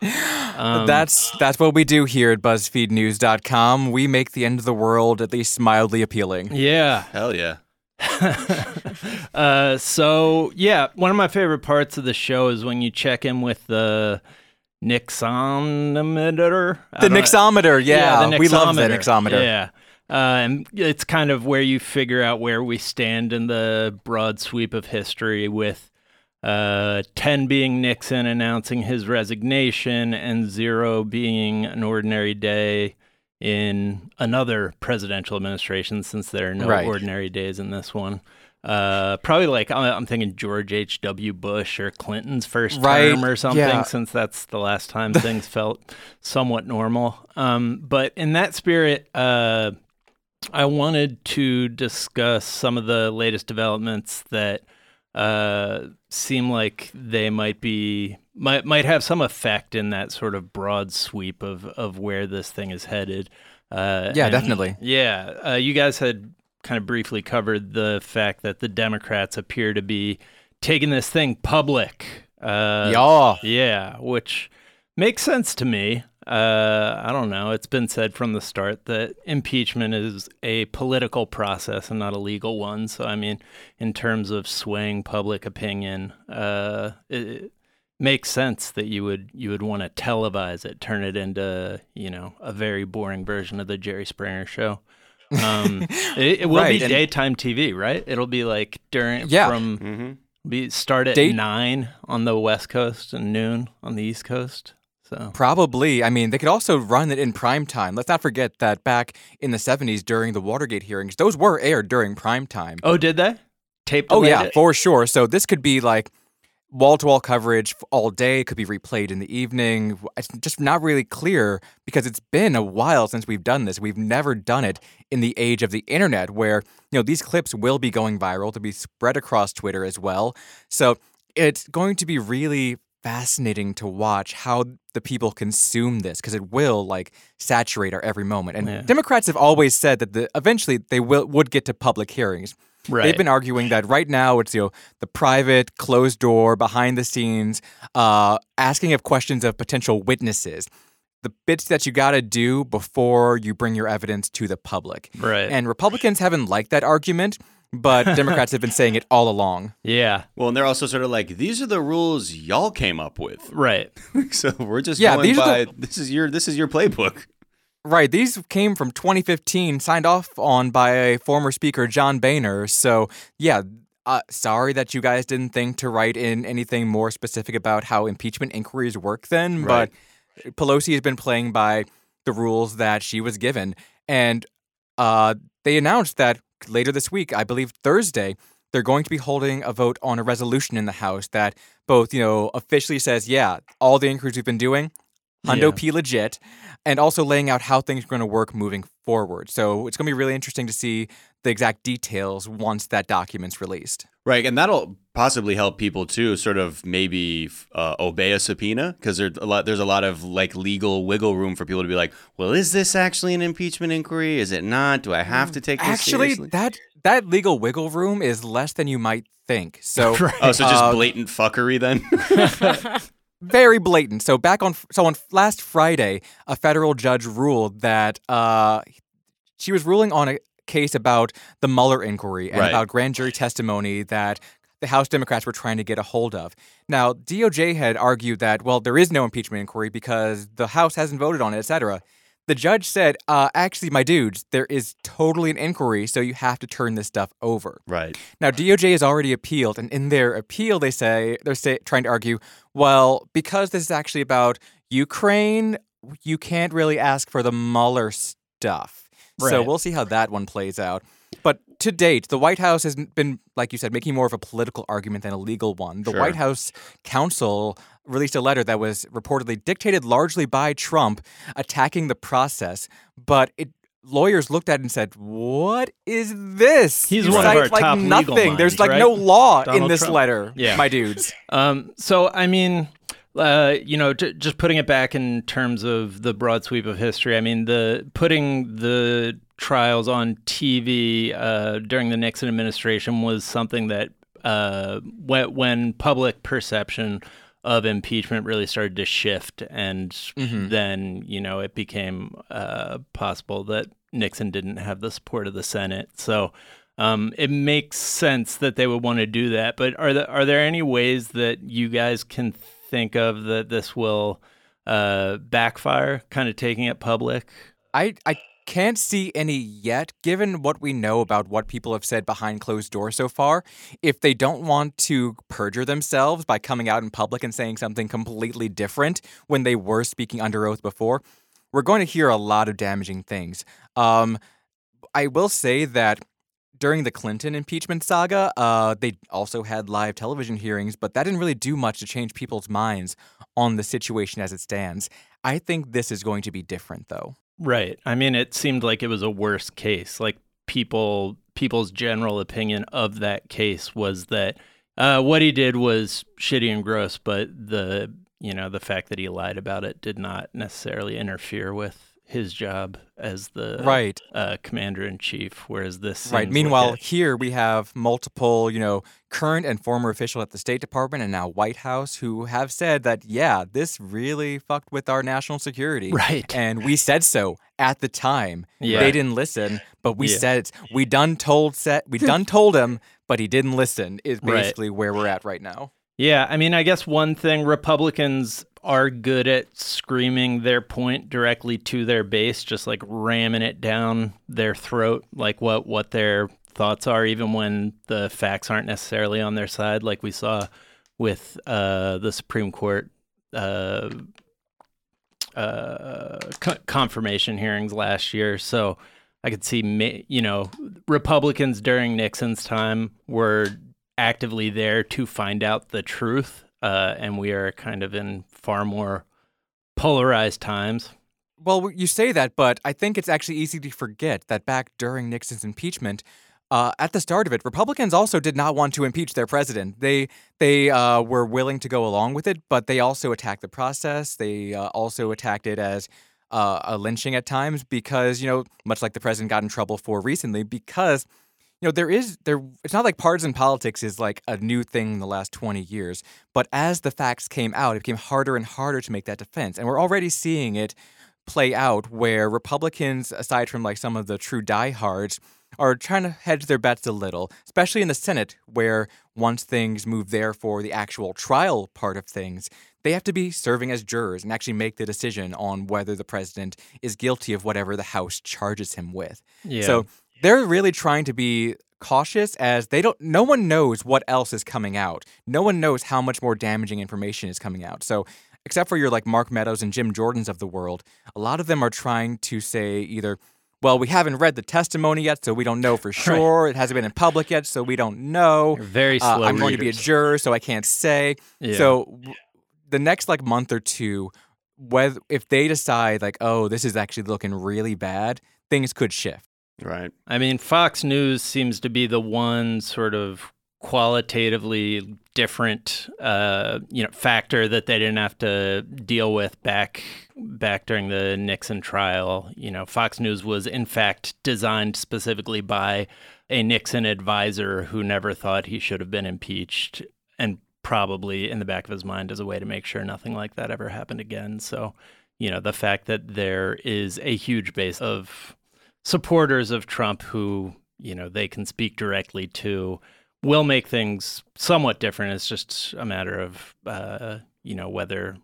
S1: um,
S5: that's that's what we do here at BuzzFeedNews.com. We make the end of the world at least mildly appealing.
S1: yeah.
S4: Hell yeah.
S1: uh, so yeah, one of my favorite parts of the show is when you check in with the Nixonometer. I
S5: The
S1: don't-
S5: Nixometer, yeah,
S1: the
S5: we love the
S1: Nixometer.
S5: Nixometer.
S1: Yeah. Uh, and it's kind of where you figure out where we stand in the broad sweep of history with uh, 10 being Nixon announcing his resignation and zero being an ordinary day in another presidential administration since there are no
S5: Right.
S1: ordinary days in this one. Uh, probably like I- I'm thinking George H.W. Bush or Clinton's first
S5: Right,
S1: term or something
S5: yeah.
S1: since that's the last time things felt somewhat normal. Um, but in that spirit, uh, I wanted to discuss some of the latest developments that uh, seem like they might be might might have some effect in that sort of broad sweep of of where this thing is headed. Uh,
S5: Yeah,
S1: and-
S5: definitely.
S1: Yeah, uh, you guys had kind of briefly covered the fact that the Democrats appear to be taking this thing public. Uh,
S5: Y'all.
S1: yeah, which makes sense to me. Uh, I don't know. It's been said from the start that impeachment is a political process and not a legal one. So, I mean, in terms of swaying public opinion, uh, it, it makes sense that you would you would want to televise it, turn it into you know a very boring version of the Jerry Springer Show. Um, it, it will
S5: Right,
S1: be
S5: and-
S1: daytime TV, right? It'll be like during
S5: Yeah.
S1: from
S4: Mm-hmm.
S1: we start at
S5: Date-
S1: nine on the west coast and noon on the east coast. So
S5: Probably. I mean, they could also run it in prime time. Let's not forget that back in the 70s during the Watergate hearings, those were aired during prime time.
S1: oh, did they tape?
S5: Oh yeah,
S1: delayed it?
S5: for sure. So this could be like wall to wall coverage f- all day. It could be replayed in the evening. It's just not really clear because it's been a while since we've done this. We've never done it in the age of the internet, where you know these clips will be going viral to be spread across Twitter as well. So it's going to be really fascinating to watch how the people consume this because it will like saturate our every moment. And
S1: Yeah.
S5: Democrats have always said that the, eventually they will would get to public hearings.
S1: right.
S5: They've been arguing that right now it's you know the private, closed door, behind the scenes, uh, asking of questions of potential witnesses, the bits that you got to do before you bring your evidence to the public.
S1: Right.
S5: And Republicans haven't liked that argument, but Democrats have been saying it all along.
S1: yeah.
S4: Well, and they're also sort of like, these are the rules y'all came up with.
S1: Right.
S4: so we're just
S5: Yeah,
S4: going
S5: these
S4: by
S5: are
S4: this is your this is your playbook.
S5: Right. These came from 2015, signed off on by former Speaker John Boehner. So yeah, uh, sorry that you guys didn't think to write in anything more specific about how impeachment inquiries work then,
S4: Right.
S5: but Pelosi has been playing by the rules that she was given. And uh, they announced that later this week, I believe Thursday, they're going to be holding a vote on a resolution in the House that both, you know, officially says, yeah, all the inquiries we've been doing, Hundo
S1: Yeah.
S5: P legit, and also laying out how things are going to work moving forward. So it's going to be really interesting to see the exact details once that document's released.
S4: Right, and that'll possibly help people too, sort of maybe f- uh, obey a subpoena because there's a lot. There's a lot of like legal wiggle room for people to be like, "Well, is this actually an impeachment inquiry? Is it not? Do I have to take this
S5: Actually,
S4: seriously?"
S5: that that legal wiggle room is less than you might think. So
S4: oh, so just
S5: uh,
S4: blatant fuckery then?
S5: very blatant. So back on so on last Friday, a federal judge ruled that uh, she was ruling on a case about the Mueller inquiry and
S4: Right.
S5: about grand jury testimony that the House Democrats were trying to get a hold of. Now, DOJ had argued that well, there is no impeachment inquiry because the House hasn't voted on it, etc. The judge said, uh, "Actually, my dudes, there is totally an inquiry, so you have to turn this stuff over."
S4: right.
S5: Now, DOJ has already appealed, and in their appeal, they say they're say, trying to argue, well, because this is actually about Ukraine, you can't really ask for the Mueller stuff. So
S1: Right.
S5: we'll see how that one plays out. But to date, the White House has been, like you said, making more of a political argument than a legal one. The
S4: Sure.
S5: White House counsel released a letter that was reportedly dictated largely by Trump, attacking the process, but it lawyers looked at it and said, "What is this?
S1: He's
S5: You
S1: one of
S5: cite,
S1: our
S5: like
S1: top legal
S5: nothing.
S1: minds,
S5: There's like
S1: right?
S5: no law in
S1: Donald
S5: this
S1: Trump.
S5: letter,
S1: Yeah.
S5: my dudes."
S1: Um, so, I mean, uh, you know, j- just putting it back in terms of the broad sweep of history, I mean, the putting the trials on TV uh, during the Nixon administration was something that uh, when, when public perception of impeachment really started to shift, and then you know it became uh, possible that Nixon didn't have the support of the Senate. So. Um, it makes sense that they would want to do that, but are the, are there any ways that you guys can think of that this will uh, backfire? Kind of taking it public.
S5: I I can't see any yet, given what we know about what people have said behind closed doors so far. If they don't want to perjure themselves by coming out in public and saying something completely different when they were speaking under oath before, we're going to hear a lot of damaging things. Um, I will say that during the Clinton impeachment saga, uh, they also had live television hearings, but that didn't really do much to change people's minds on the situation as it stands. I think this is going to be different, though.
S1: Right. I mean, it seemed like it was a worse case. Like people, people's general opinion of that case was that uh, what he did was shitty and gross, but the you know the fact that he lied about it did not necessarily interfere with his job as the
S5: Right,
S1: uh, commander in chief. Whereas this,
S5: right.
S1: seems like
S5: Meanwhile,
S1: a-
S5: here we have multiple, you know, current and former official at the State Department and now White House who have said that, yeah, this really fucked with our national security.
S1: Right.
S5: And we said so at the time.
S1: Yeah.
S5: They didn't listen, but we
S1: Yeah.
S5: said it. We done told set we done told him, but he didn't listen is
S1: Right.
S5: basically where we're at right now.
S1: Yeah, I mean, I guess one thing Republicans are good at screaming their point directly to their base, just like ramming it down their throat, like what what their thoughts are, even when the facts aren't necessarily on their side, like we saw with uh, the Supreme Court uh, uh, co- confirmation hearings last year. So I could see, ma- you know, Republicans during Nixon's time were actively there to find out the truth. Uh, and we are kind of in far more polarized times.
S5: Well, you say that, but I think it's actually easy to forget that back during Nixon's impeachment, uh, at the start of it, Republicans also did not want to impeach their president. They they uh, were willing to go along with it, but they also attacked the process. They uh, also attacked it as uh, a lynching at times because you know, much like the president got in trouble for recently, because you know there is there it's not like partisan politics is like a new thing in the last 20 years but as the facts came out it became harder and harder to make that defense and we're already seeing it play out where republicans aside from like some of the true diehards are trying to hedge their bets a little especially in the senate where once things move there for the actual trial part of things they have to be serving as jurors and actually make the decision on whether the president is guilty of whatever the house charges him with
S1: Yeah.
S5: so they're really trying to be cautious as they don't no one knows what else is coming out. No one knows how much more damaging information is coming out. So except for your like Mark Meadows and Jim Jordans of the world, a lot of them are trying to say either well, we haven't read the testimony yet, so we don't know for sure. It hasn't been in public yet, so we don't know.
S1: They're very
S5: Uh,
S1: slow
S5: I'm going to be a
S1: readers.
S5: juror, so I can't say.
S1: Yeah.
S5: So w- the next like month or two, whether if they decide like, oh, this is actually looking really bad, things could shift.
S4: Right.
S1: I mean, Fox News seems to be the one sort of qualitatively different, uh, you know, factor that they didn't have to deal with back back during the Nixon trial. You know, Fox News was in fact designed specifically by a Nixon advisor who never thought he should have been impeached, and probably in the back of his mind as a way to make sure nothing like that ever happened again. So. You know, the fact that there is a huge base of supporters of Trump who, you know, they can speak directly to will make things somewhat different. It's just a matter of, uh, you know, whether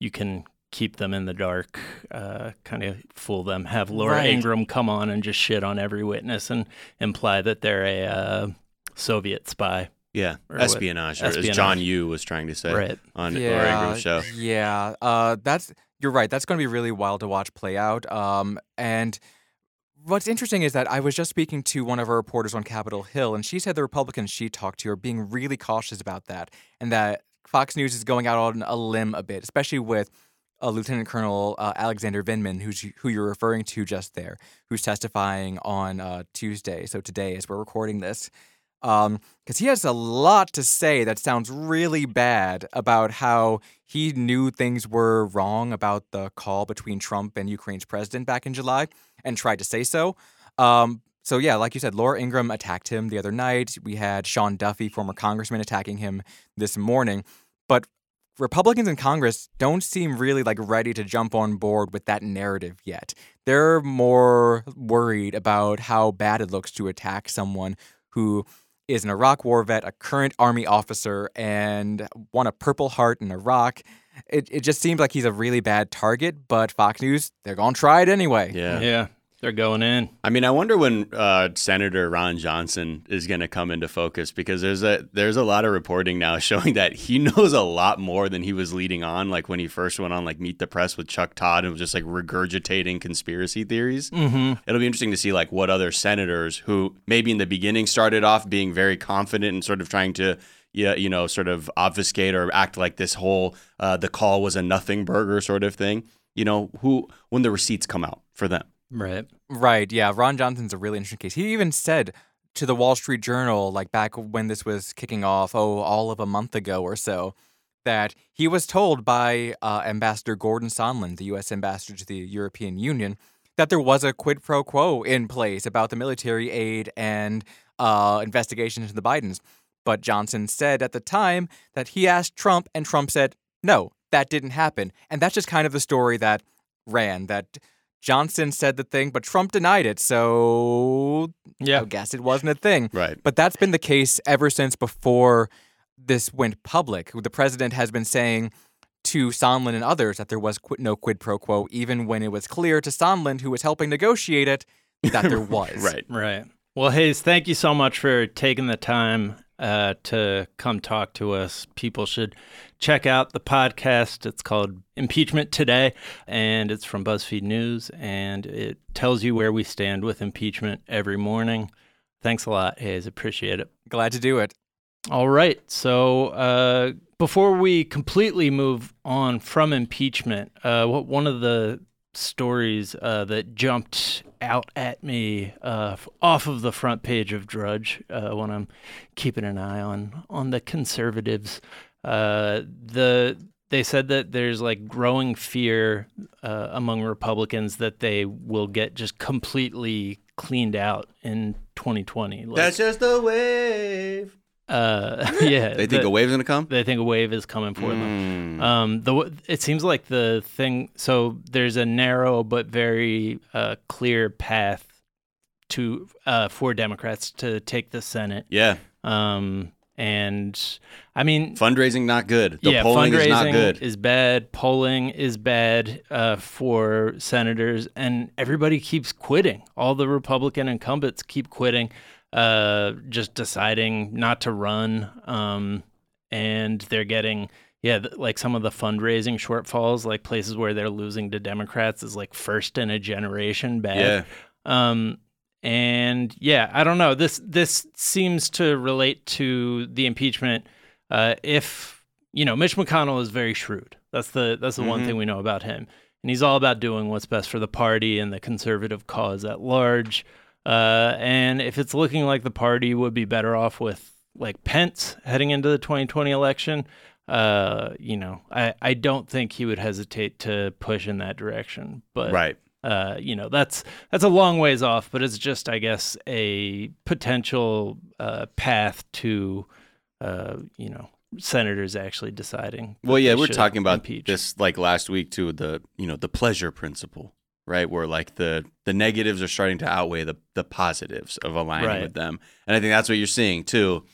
S1: you can keep them in the dark, uh, kind of fool them, have Laura
S5: Right.
S1: Ingram come on and just shit on every witness and imply that they're a uh, Soviet spy.
S4: Yeah.
S1: Or what-
S4: espionage, or as
S1: espionage.
S4: John Yu was trying to say
S1: Right.
S4: on Laura Ingram's show.
S5: Yeah, uh, that's you're right. That's going to be really wild to watch play out. Um, and what's interesting is that I was just speaking to one of our reporters on Capitol Hill, and she said the Republicans she talked to are being really cautious about that, and that Fox News is going out on a limb a bit, especially with. Uh, Lieutenant Colonel uh, Alexander Vindman, who's who you're referring to just there, who's testifying on uh, Tuesday. So today, as we're recording this, because he has a lot to say that sounds really bad about how he knew things were wrong about the call between Trump and Ukraine's president back in July and tried to say so. Um, so, yeah, like you said, Laura Ingram attacked him the other night. We had Sean Duffy, former congressman, attacking him this morning. But Republicans in Congress don't seem really like ready to jump on board with that narrative yet. They're more worried about how bad it looks to attack someone who is an Iraq war vet, a current army officer, and won a Purple Heart in Iraq. It, it just seems like he's a really bad target, but Fox News, they're going to try it anyway.
S4: Yeah.
S1: yeah, they're going in.
S4: I mean, I wonder when uh, Senator Ron Johnson is going to come into focus because there's a there's a lot of reporting now showing that he knows a lot more than he was leading on. Like when he first went on like Meet the Press with Chuck Todd and was just like regurgitating conspiracy theories.
S1: Mm-hmm.
S4: It'll be interesting to see like what other senators who maybe in the beginning started off being very confident and sort of trying to yeah, you know, sort of obfuscate or act like this whole uh, the call was a nothing burger sort of thing. You know, who when the receipts come out for them.
S1: Right.
S5: Right. Yeah. Ron Johnson's a really interesting case. He even said to the Wall Street Journal, like back when this was kicking off, oh, all of a month ago or so, that he was told by uh, Ambassador Gordon Sondland, the U.S. ambassador to the European Union, that there was a quid pro quo in place about the military aid and uh, investigation into the Bidens. But Johnson said at the time that he asked Trump, and Trump said, no, that didn't happen. And that's just kind of the story that ran that Johnson said the thing, but Trump denied it. So I
S1: Yeah.
S5: guess it wasn't a thing.
S4: Right.
S5: But that's been the case ever since before this went public. The president has been saying to Sondland and others that there was qu- no quid pro quo, even when it was clear to Sondland, who was helping negotiate it, that there was.
S4: Right.
S1: Right. Well, Hayes, thank you so much for taking the time uh, to come talk to us. People should check out the podcast. It's called Impeachment Today, and it's from BuzzFeed News, and it tells you where we stand with impeachment every morning. Thanks a lot, Hayes. Appreciate it.
S5: Glad to do it.
S1: All right. So uh, before we completely move on from impeachment, uh, what one of the stories uh, that jumped out at me uh, f- off of the front page of Drudge uh, when I'm keeping an eye on on the conservatives, uh, the they said that there's like growing fear uh, among Republicans that they will get just completely cleaned out in 2020. Like,
S4: That's just a wave.
S1: uh, yeah,
S4: They think
S1: the-
S4: a wave's gonna come.
S1: they think a wave is coming for them. Um, the w- it seems like the thing. So there's a narrow but very uh, clear path to uh, for Democrats to take the Senate.
S4: Yeah,
S1: Um, and I mean,
S4: fundraising not good. The
S1: yeah,
S4: polling
S1: fundraising
S4: is not good.
S1: is bad. Polling is bad uh, for senators, and everybody keeps quitting. All the Republican incumbents keep quitting. uh, just deciding not to run, um, and they're getting yeah, th- like some of the fundraising shortfalls, like places where they're losing to Democrats, is like first in a generation bad.
S2: Yeah.
S1: Um, and yeah, I don't know. This this seems to relate to the impeachment. Uh, if you know, Mitch McConnell is very shrewd. That's the that's the one thing we know about him, and he's all about doing what's best for the party and the conservative cause at large. Uh, and if it's looking like the party would be better off with like Pence heading into the 2020 election, uh, you know, I, I don't think he would hesitate to push in that direction. But
S2: Right.
S1: uh, you know that's that's a long ways off, but it's just I guess a potential uh, path to uh, you know senators actually deciding. that
S2: Well, yeah,
S1: they
S2: we're
S1: should
S2: talking about
S1: impeach.
S2: this like last week too. The you know the pleasure principle, right? Where like the the negatives are starting to outweigh the the positives of aligning
S1: Right.
S2: with them, and I think that's what you're seeing too.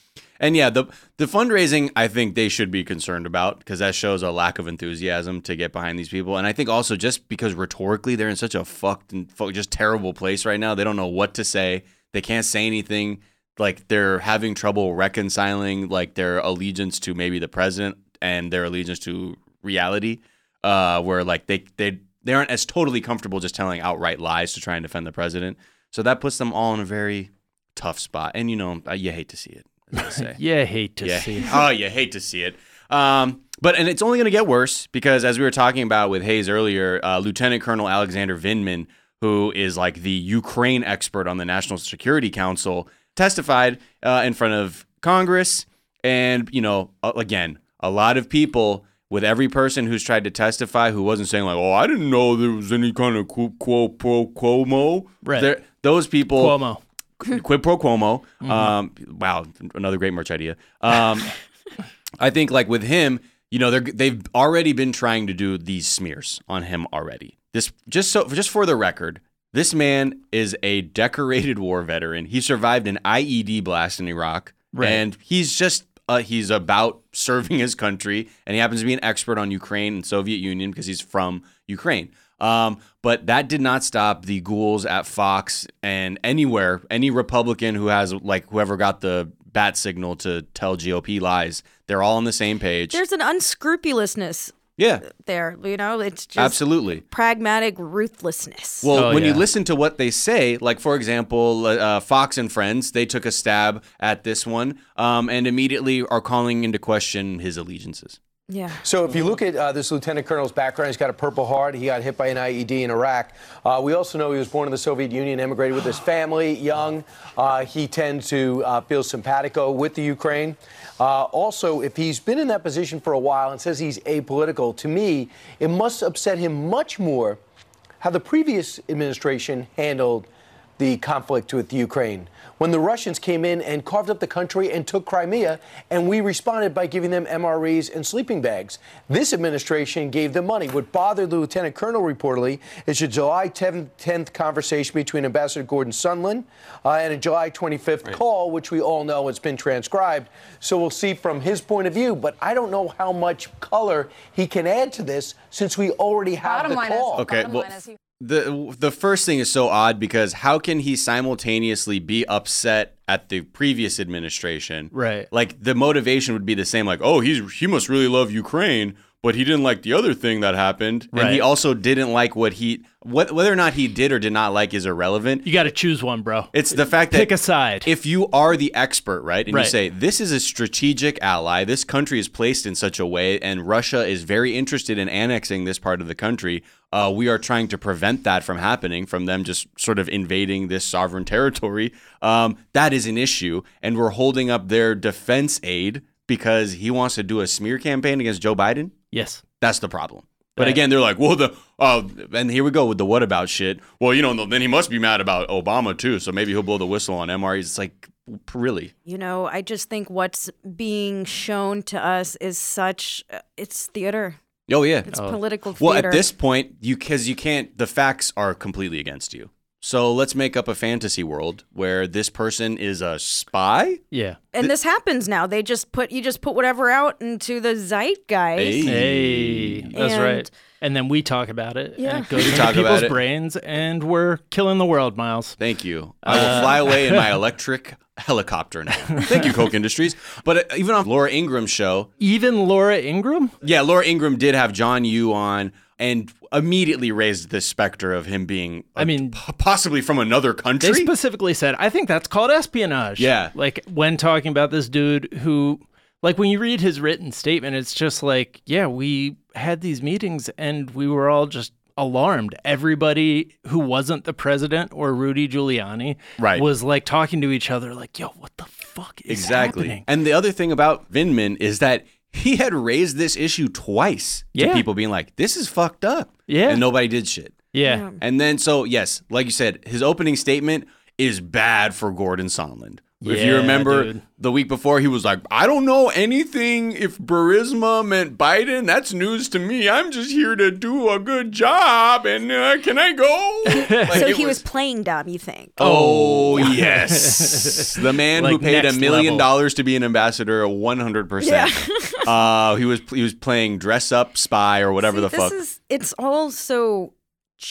S2: And yeah, the the fundraising I think they should be concerned about because that shows a lack of enthusiasm to get behind these people. And I think also just because rhetorically they're in such a fucked and fuck, just terrible place right now, they don't know what to say. They can't say anything. Like they're having trouble reconciling like their allegiance to maybe the president and their allegiance to reality, uh, where like they they they aren't as totally comfortable just telling outright lies to try and defend the president. So that puts them all in a very tough spot. And you know, uh, you hate to see it. as they say.
S1: Yeah, I hate to
S2: yeah.
S1: see. it.
S2: Oh, you hate to see it. Um, but and it's only going to get worse because as we were talking about with Hayes earlier, uh, Lieutenant Colonel Alexander Vindman, who is like the Ukraine expert on the National Security Council, testified uh, in front of Congress, and you know, a- again, a lot of people. With every person who's tried to testify who wasn't saying like, "Oh, I didn't know there was any kind of quo quo pro quo,"
S1: Right.
S2: there, those people,
S1: Cuomo.
S2: quid pro Cuomo. Um, wow, another great merch idea. Um, I think like with him, you know, they're they've already been trying to do these smears on him already. This just so just for the record, this man is a decorated war veteran. He survived an IED blast in Iraq,
S1: Right.
S2: and he's just. Uh, he's about serving his country, and he happens to be an expert on Ukraine and Soviet Union because he's from Ukraine. Um, but that did not stop the ghouls at Fox and anywhere, any Republican who has like whoever got the bat signal to tell GOP lies, they're all on the same page.
S3: There's an unscrupulousness
S2: yeah,
S3: there. You know, it's just
S2: absolutely.
S3: pragmatic ruthlessness.
S2: Well,
S1: Oh,
S2: when you
S1: yeah.
S2: listen to what they say, like for example, uh, uh, Fox and Friends, they took a stab at this one um, and immediately are calling into question his allegiances.
S3: yeah.
S6: So if you look at uh, this lieutenant colonel's background, he's got a Purple Heart. He got hit by an IED in Iraq. Uh, we also know he was born in the Soviet Union, emigrated with his family, young. Uh, he tends to uh, feel simpatico with the Ukraine. Uh, also, if he's been in that position for a while and says he's apolitical, to me, it must upset him much more how the previous administration handled the conflict with Ukraine. When the Russians came in and carved up the country and took Crimea, and we responded by giving them MREs and sleeping bags. This administration gave them money. What bothered the lieutenant colonel reportedly is a July 10th, 10th conversation between Ambassador Gordon Sondland uh, and a July 25th call, which we all know has been transcribed. So we'll see from his point of view, but I don't know how much color he can add to this since we already have
S7: Bottom
S6: the
S7: line is-
S6: call.
S2: Okay,
S7: Bottom
S2: well,
S7: line is he-
S2: the the first thing is so odd because how can he simultaneously be upset at the previous administration?
S1: Right.
S2: Like the motivation would be the same. Like, oh, he's he must really love Ukraine, but he didn't like the other thing that happened, and
S1: Right.
S2: he also didn't like what he what whether or not he did or did not like is irrelevant.
S1: You got to choose one, bro.
S2: It's the fact that
S1: Pick a side.
S2: If you are the expert, right, and
S1: Right.
S2: you say this is a strategic ally, this country is placed in such a way, and Russia is very interested in annexing this part of the country. Uh, we are trying to prevent that from happening, from them just sort of invading this sovereign territory. Um, that is an issue, and we're holding up their defense aid because he wants to do a smear campaign against Joe Biden.
S1: yes.
S2: That's the problem. But again, they're like, well, the uh, and here we go with the what about shit. Well, you know, then he must be mad about Obama too, so maybe he'll blow the whistle on MREs. It's like, really?
S3: you know i just think what's being shown to us is such uh, it's theater
S2: Oh yeah.
S3: it's political theater
S2: Well, at this point, you because you can't. The facts are completely against you. So let's make up a fantasy world where this person is a spy.
S1: Yeah.
S3: And this happens now. They just put you just put whatever out into the zeitgeist.
S1: Hey, that's
S3: And-
S1: right. And then we talk about it.
S3: Yeah.
S1: And it goes into
S2: talk about
S1: people's
S2: it.
S1: brains, and we're killing the world, Miles.
S2: Thank you. I
S3: Uh,
S2: will fly away in my electric helicopter now. Thank you, Coke Industries. But uh, even on Laura Ingram's show,
S1: Even Laura Ingram?
S2: yeah, Laura Ingram did have John Yu on and immediately raised this specter of him being,
S1: I mean-
S2: p- possibly from another country.
S1: They specifically said, I think that's called espionage.
S2: Yeah.
S1: Like when talking about this dude who, like when you read his written statement, it's just like, yeah, we had these meetings and we were all just alarmed. Everybody who wasn't the president or Rudy Giuliani
S2: Right.
S1: was like talking to each other, like, yo, what the fuck is
S2: exactly.
S1: happening?
S2: And the other thing about Vinman is that he had raised this issue twice to
S1: Yeah.
S2: people being like, this is fucked up.
S1: Yeah.
S2: And nobody did shit.
S1: Yeah.
S2: And then, so yes, like you said, his opening statement is bad for Gordon Sondland. if you
S1: Yeah,
S2: remember
S1: dude.
S2: the week before, he was like, "I don't know anything. If Burisma meant Biden, that's news to me. I'm just here to do a good job. And uh, can I go?" Like,
S3: So
S2: it
S3: he was, playing dumb, you think?
S2: Oh yes, the man who
S1: Like
S2: paid a
S1: next
S2: million
S1: level.
S2: dollars to be an ambassador, one hundred percent. Uh, he was he was playing dress up spy or whatever
S3: See,
S2: the
S3: this
S2: fuck.
S3: is it's all so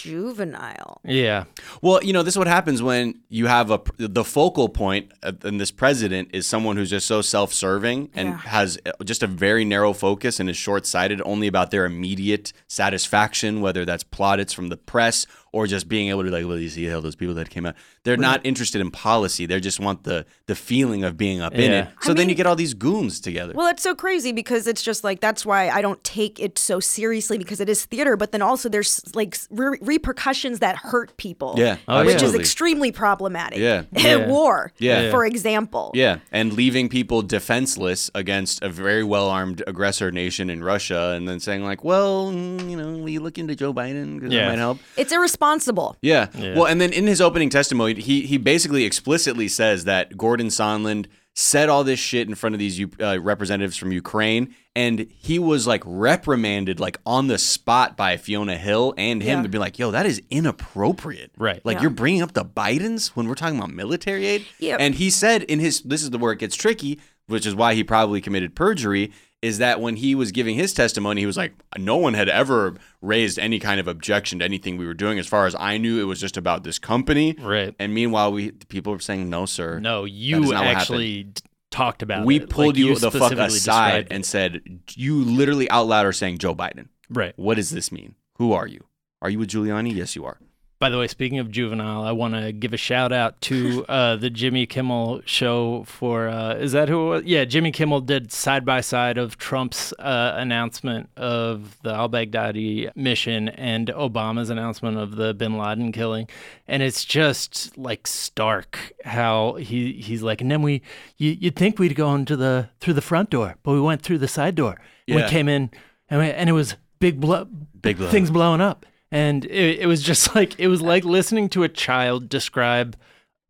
S3: juvenile.
S1: Yeah.
S2: Well, you know, this is what happens when you have a the focal point of- in this president is someone who's just so self-serving and
S3: Yeah.
S2: has uh, just a very narrow focus and is short-sighted only about their immediate satisfaction, whether that's plaudits from the press or just being able to like, well, you see all those people that came out. They're not interested in policy. They just want the the feeling of being up in
S1: Yeah.
S2: it. So then you get all these goons together.
S3: Well, it's so crazy because it's just like that's why I don't take it so seriously because it is theater, but then also there's like re- repercussions that hurt people.
S2: yeah,
S1: Oh, yeah.
S3: which is
S2: absolutely.
S3: extremely problematic.
S2: Yeah.
S3: War,
S2: Yeah.
S3: for example.
S2: Yeah, and leaving people defenseless against a very well armed aggressor nation in Russia, and then saying like, "Well, mm, you know, we look into Joe Biden because that
S1: Yeah.
S2: might help."
S3: It's irresponsible.
S2: Yeah. Well, and then in his opening testimony, he he basically explicitly says that Gordon Sondland said all this shit in front of these U- uh, representatives from Ukraine, and he was like reprimanded, like on the spot by Fiona Hill and him
S3: Yeah.
S2: to be like, "Yo, that is inappropriate."
S1: Right.
S2: Like you're bringing up the Bidens when we're talking about military aid.
S3: Yeah.
S2: And he said in his this is the where it gets tricky, which is why he probably committed perjury. Is that when he was giving his testimony, he was like, no one had ever raised any kind of objection to anything we were doing. As far as I knew, it was just about this company.
S1: Right.
S2: And meanwhile, we the people were saying, no, sir.
S1: No,
S2: That is
S1: you
S2: not what
S1: actually d- talked about
S2: We
S1: it. Like,
S2: pulled you, the fuck
S1: specifically
S2: aside
S1: described it.
S2: and said, you literally out loud are saying Joe Biden.
S1: Right.
S2: What does this mean? Who are you? Are you with Giuliani? Yes, you are.
S1: By the way, speaking of juvenile, I want to give a shout out to uh, the Jimmy Kimmel show for uh, is that who? It was? Yeah, Jimmy Kimmel did side by side of Trump's uh, announcement of the Al Baghdadi mission and Obama's announcement of the Bin Laden killing, and it's just like stark how he he's like, and then we you, you'd think we'd go into the through the front door, but we went through the side door.
S2: Yeah.
S1: We came in and we, and it was big blood
S2: Big blow.
S1: things blowing up and it, it was just like it was like listening to a child describe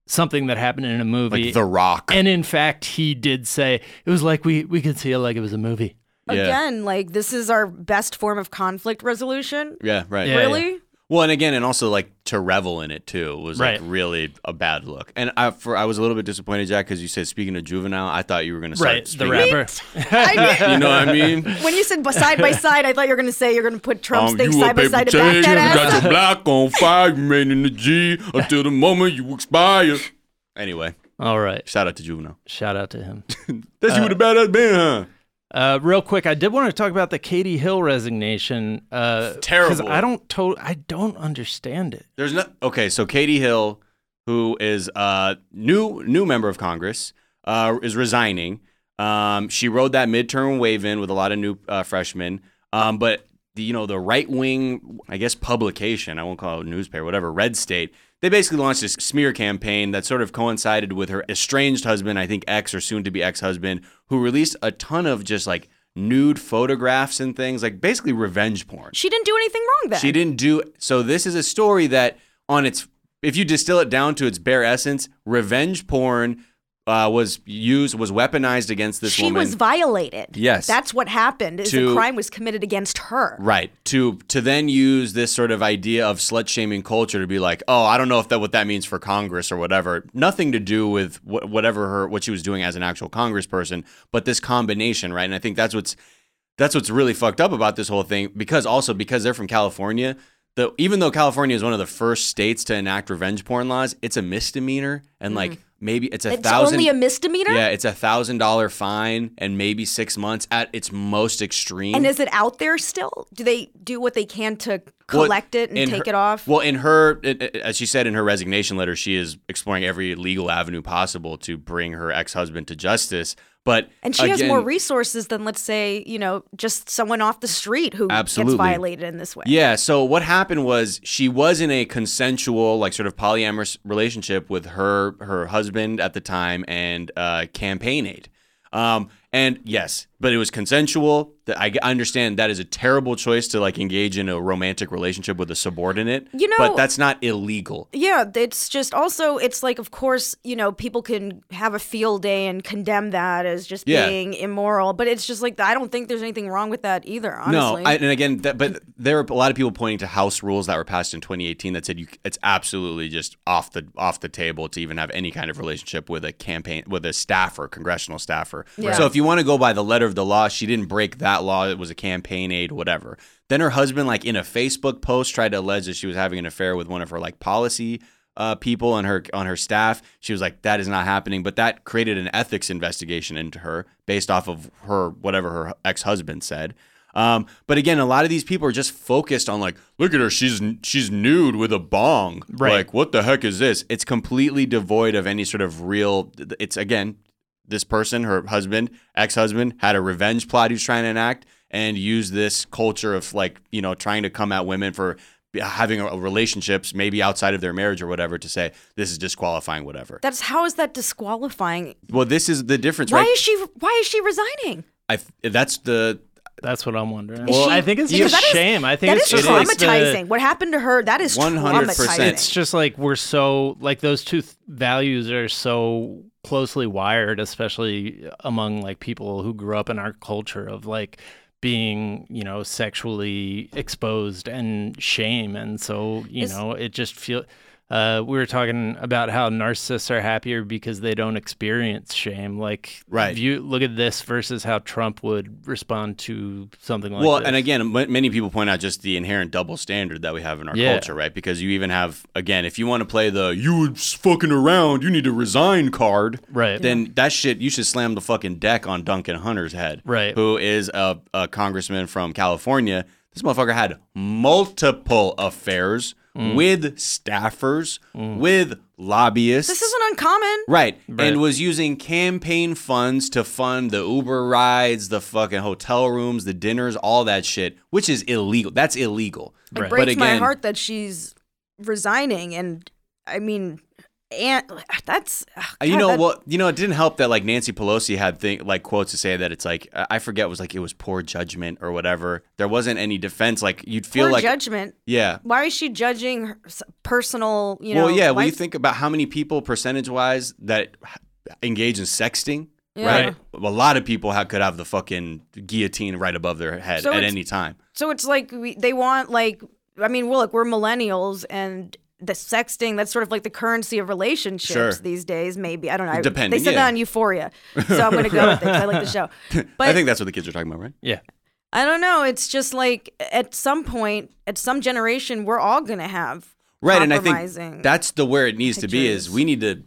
S1: something that happened in a movie
S2: Like The Rock.
S1: and in fact he did say it was like we we could see it like it was a movie
S2: Yeah.
S3: Again, like this is our best form of conflict resolution.
S2: yeah, right.
S1: Yeah,
S3: really?
S2: Well, and again, and also like to revel in it too was
S1: Right.
S2: like really a bad look. And I for I was a little bit disappointed, Jack, because you said speaking of juvenile, I thought you were gonna start
S1: right the
S2: speaking-
S1: rapper
S3: I knew-
S2: You know what I mean?
S3: when you said b- side by side, I thought you were going to say you're going to put Trump's
S2: Um,
S3: thing
S2: you a
S3: side by
S2: paper
S3: side to
S2: chain,
S3: back
S2: you
S3: that
S2: got
S3: ass.
S2: your block on fire, you made in the G until the moment you expire. Anyway,
S1: all right
S2: shout out to juvenile. Uh,
S1: shout out to him
S2: That's you with a badass man, huh?
S1: Uh, real quick, I did want to talk about the Katie Hill resignation. Uh, Because
S2: terrible.
S1: I don't to- I don't understand it.
S2: There's no okay. So Katie Hill, who is a new new member of Congress, uh, is resigning. Um, she rode that midterm wave in with a lot of new uh, freshmen. Um, but the, you know the right wing, I guess publication, I won't call it a newspaper, whatever, Red State. They basically launched this smear campaign that sort of coincided with her estranged husband, I think ex or soon to be ex husband, who released a ton of just like nude photographs and things, like basically revenge porn.
S3: She didn't do anything wrong then.
S2: She didn't do so. This is a story that, on its, if you distill it down to its bare essence, revenge porn uh, was used was weaponized against this
S3: she
S2: woman.
S3: was violated.
S2: Yes.
S3: that's what happened. Is
S2: To-
S3: the crime was committed against her?
S2: Right. To to then use this sort of idea of slut shaming culture to be like, oh, I don't know if that what that means for Congress or whatever. Nothing to do with wh- whatever her what she was doing as an actual Congressperson, but this combination, right? And I think that's what's that's what's really fucked up about this whole thing because also because they're from California. The, even though California is one of the first states to enact revenge porn laws, it's a misdemeanor and like maybe it's a
S3: Mm-hmm. It's
S2: thousand.
S3: only a misdemeanor.
S2: Yeah, it's a thousand dollar fine and maybe six months at its most extreme.
S3: And is it out there still? Do they do what they can to
S2: Well,
S3: collect it and
S2: in
S3: take
S2: her-
S3: it off?
S2: Well, in her, it- it- as she said in her resignation letter, she is exploring every legal avenue possible to bring her ex husband to justice. But
S3: and she has
S2: again-
S3: more resources than, let's say, you know, just someone off the street who
S2: Absolutely.
S3: gets violated in this way.
S2: Yeah. So what happened was she was in a consensual, like sort of polyamorous relationship with her her husband at the time and uh, campaign aide. Um, and yes, but it was consensual. That- I understand that is a terrible choice to like engage in a romantic relationship with a subordinate.
S3: You know-
S2: but that's not illegal.
S3: Yeah, it's just also it's like of course, you know, people can have a field day and condemn that as just
S2: Yeah.
S3: being immoral, but it's just like I don't think there's anything wrong with that either, honestly.
S2: No, I, and again, that, but there are a lot of people pointing to house rules that were passed in 2018 that said you it's absolutely just off the off the table to even have any kind of relationship with a campaign with a staffer, congressional staffer.
S3: Yeah.
S2: So if you want to go by the letter of the law, she didn't break that law. It was a campaign aid, whatever. Then her husband, like in a Facebook post, tried to allege that she was having an affair with one of her like policy uh, people on her on her staff. She was like, "That is not happening." But that created an ethics investigation into her based off of her whatever her ex husband said. Um, but again, a lot of these people are just focused on like, look at her, she's she's nude with a bong.
S1: Right.
S2: Like, what the heck is this? It's completely devoid of any sort of real. It's again, this person, her husband, ex husband, had a revenge plot he was trying to enact and used this culture of like, you know, trying to come at women for having a, relationships maybe outside of their marriage or whatever to say this is disqualifying whatever.
S3: That's how is that disqualifying?
S2: well, this is the difference,
S3: Why
S2: right?
S3: is she why is she resigning?
S2: I, that's the
S1: That's what I'm wondering.
S3: Is she-
S1: I think it's
S3: because
S1: just
S3: that is-
S1: shame. I think
S3: that
S1: it's
S3: is
S1: just like the-
S3: traumatizing. what happened to her? That is
S2: 100%.
S3: traumatizing.
S1: it's just like we're so like those two th- values are so closely wired especially among like people who grew up in our culture of like being you know sexually exposed and shame and so you
S3: Is-
S1: know it just feel uh, we were talking about how narcissists are happier because they don't experience shame. Like,
S2: Right.
S1: view, look at this versus how Trump would respond to something like
S2: well,
S1: this.
S2: and again, m- many people point out just the inherent double standard that we have in our
S1: Yeah.
S2: culture, right? Because you even have, again, if you want to play the "you were s- fucking around, you need to resign" card,
S1: Right.
S2: Then that shit, you should slam the fucking deck on Duncan Hunter's head,
S1: Right.
S2: Who is a, a congressman from California. This motherfucker had multiple affairs
S1: Mm.
S2: with staffers, with lobbyists.
S3: this isn't uncommon.
S2: Right. And was using campaign funds to fund the Uber rides, the fucking hotel rooms, the dinners, all that shit, which is illegal. That's illegal.
S3: It
S1: Right.
S3: breaks
S2: But
S3: my
S2: again-
S3: heart that she's resigning, and I mean, and that's ugh,
S2: Uh, You
S3: God,
S2: know
S3: that-
S2: well, you know it didn't help that like Nancy Pelosi had thing, like quotes to say that it's like uh, I I forget it was like it was poor judgment or whatever. There wasn't any defense like you'd feel
S3: Poor
S2: like
S3: judgment.
S2: yeah.
S3: Why is she judging her s- personal? You know,
S2: well, yeah, when you
S3: life-
S2: think about how many people percentage-wise that h- engage in sexting,
S3: Yeah.
S2: right? A lot of people ha could have the fucking guillotine right above their head
S3: So
S2: at
S3: it's-
S2: any time.
S3: So it's like we, they want like I mean, well, look, we're millennials, and the sexting that's sort of like the currency of relationships
S2: Sure.
S3: these days. Maybe I don't know. I-
S2: Depending,
S3: they said
S2: yeah.
S3: that on Euphoria, so I'm gonna go with it. 'cause I like the show, but
S2: I think that's what the kids are talking about, right?
S1: yeah.
S3: I don't know. It's just like at some point, at some generation, we're all gonna have
S2: Right, and I
S3: compromising
S2: think that's the where it needs to be is
S3: pictures.
S2: we need to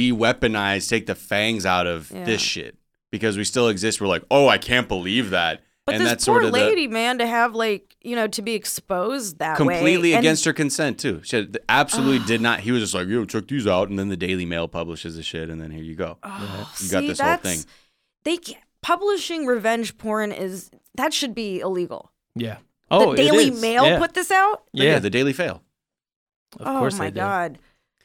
S2: de-weaponize, take the fangs out of
S3: Yeah.
S2: this shit because we still exist. We're like, oh, I can't believe that,
S3: But
S2: and
S3: this
S2: that's
S3: poor
S2: sort of the-
S3: lady, man, to have like you know to be exposed that way,
S2: completely
S3: and-
S2: against her consent too. She had- absolutely did not. He was just like, yo, check these out, and then the Daily Mail publishes the shit, and then here you go.
S3: Oh,
S2: You got
S3: see,
S2: this whole
S3: that's-
S2: thing.
S3: They ca- publishing revenge porn is that should be illegal.
S1: Yeah. Oh,
S3: the
S1: it
S3: Daily
S1: is.
S3: Mail
S1: Yeah.
S3: put this out.
S2: But yeah, the Daily Fail.
S1: Of
S3: Oh
S1: course
S3: my
S1: they did.
S3: god!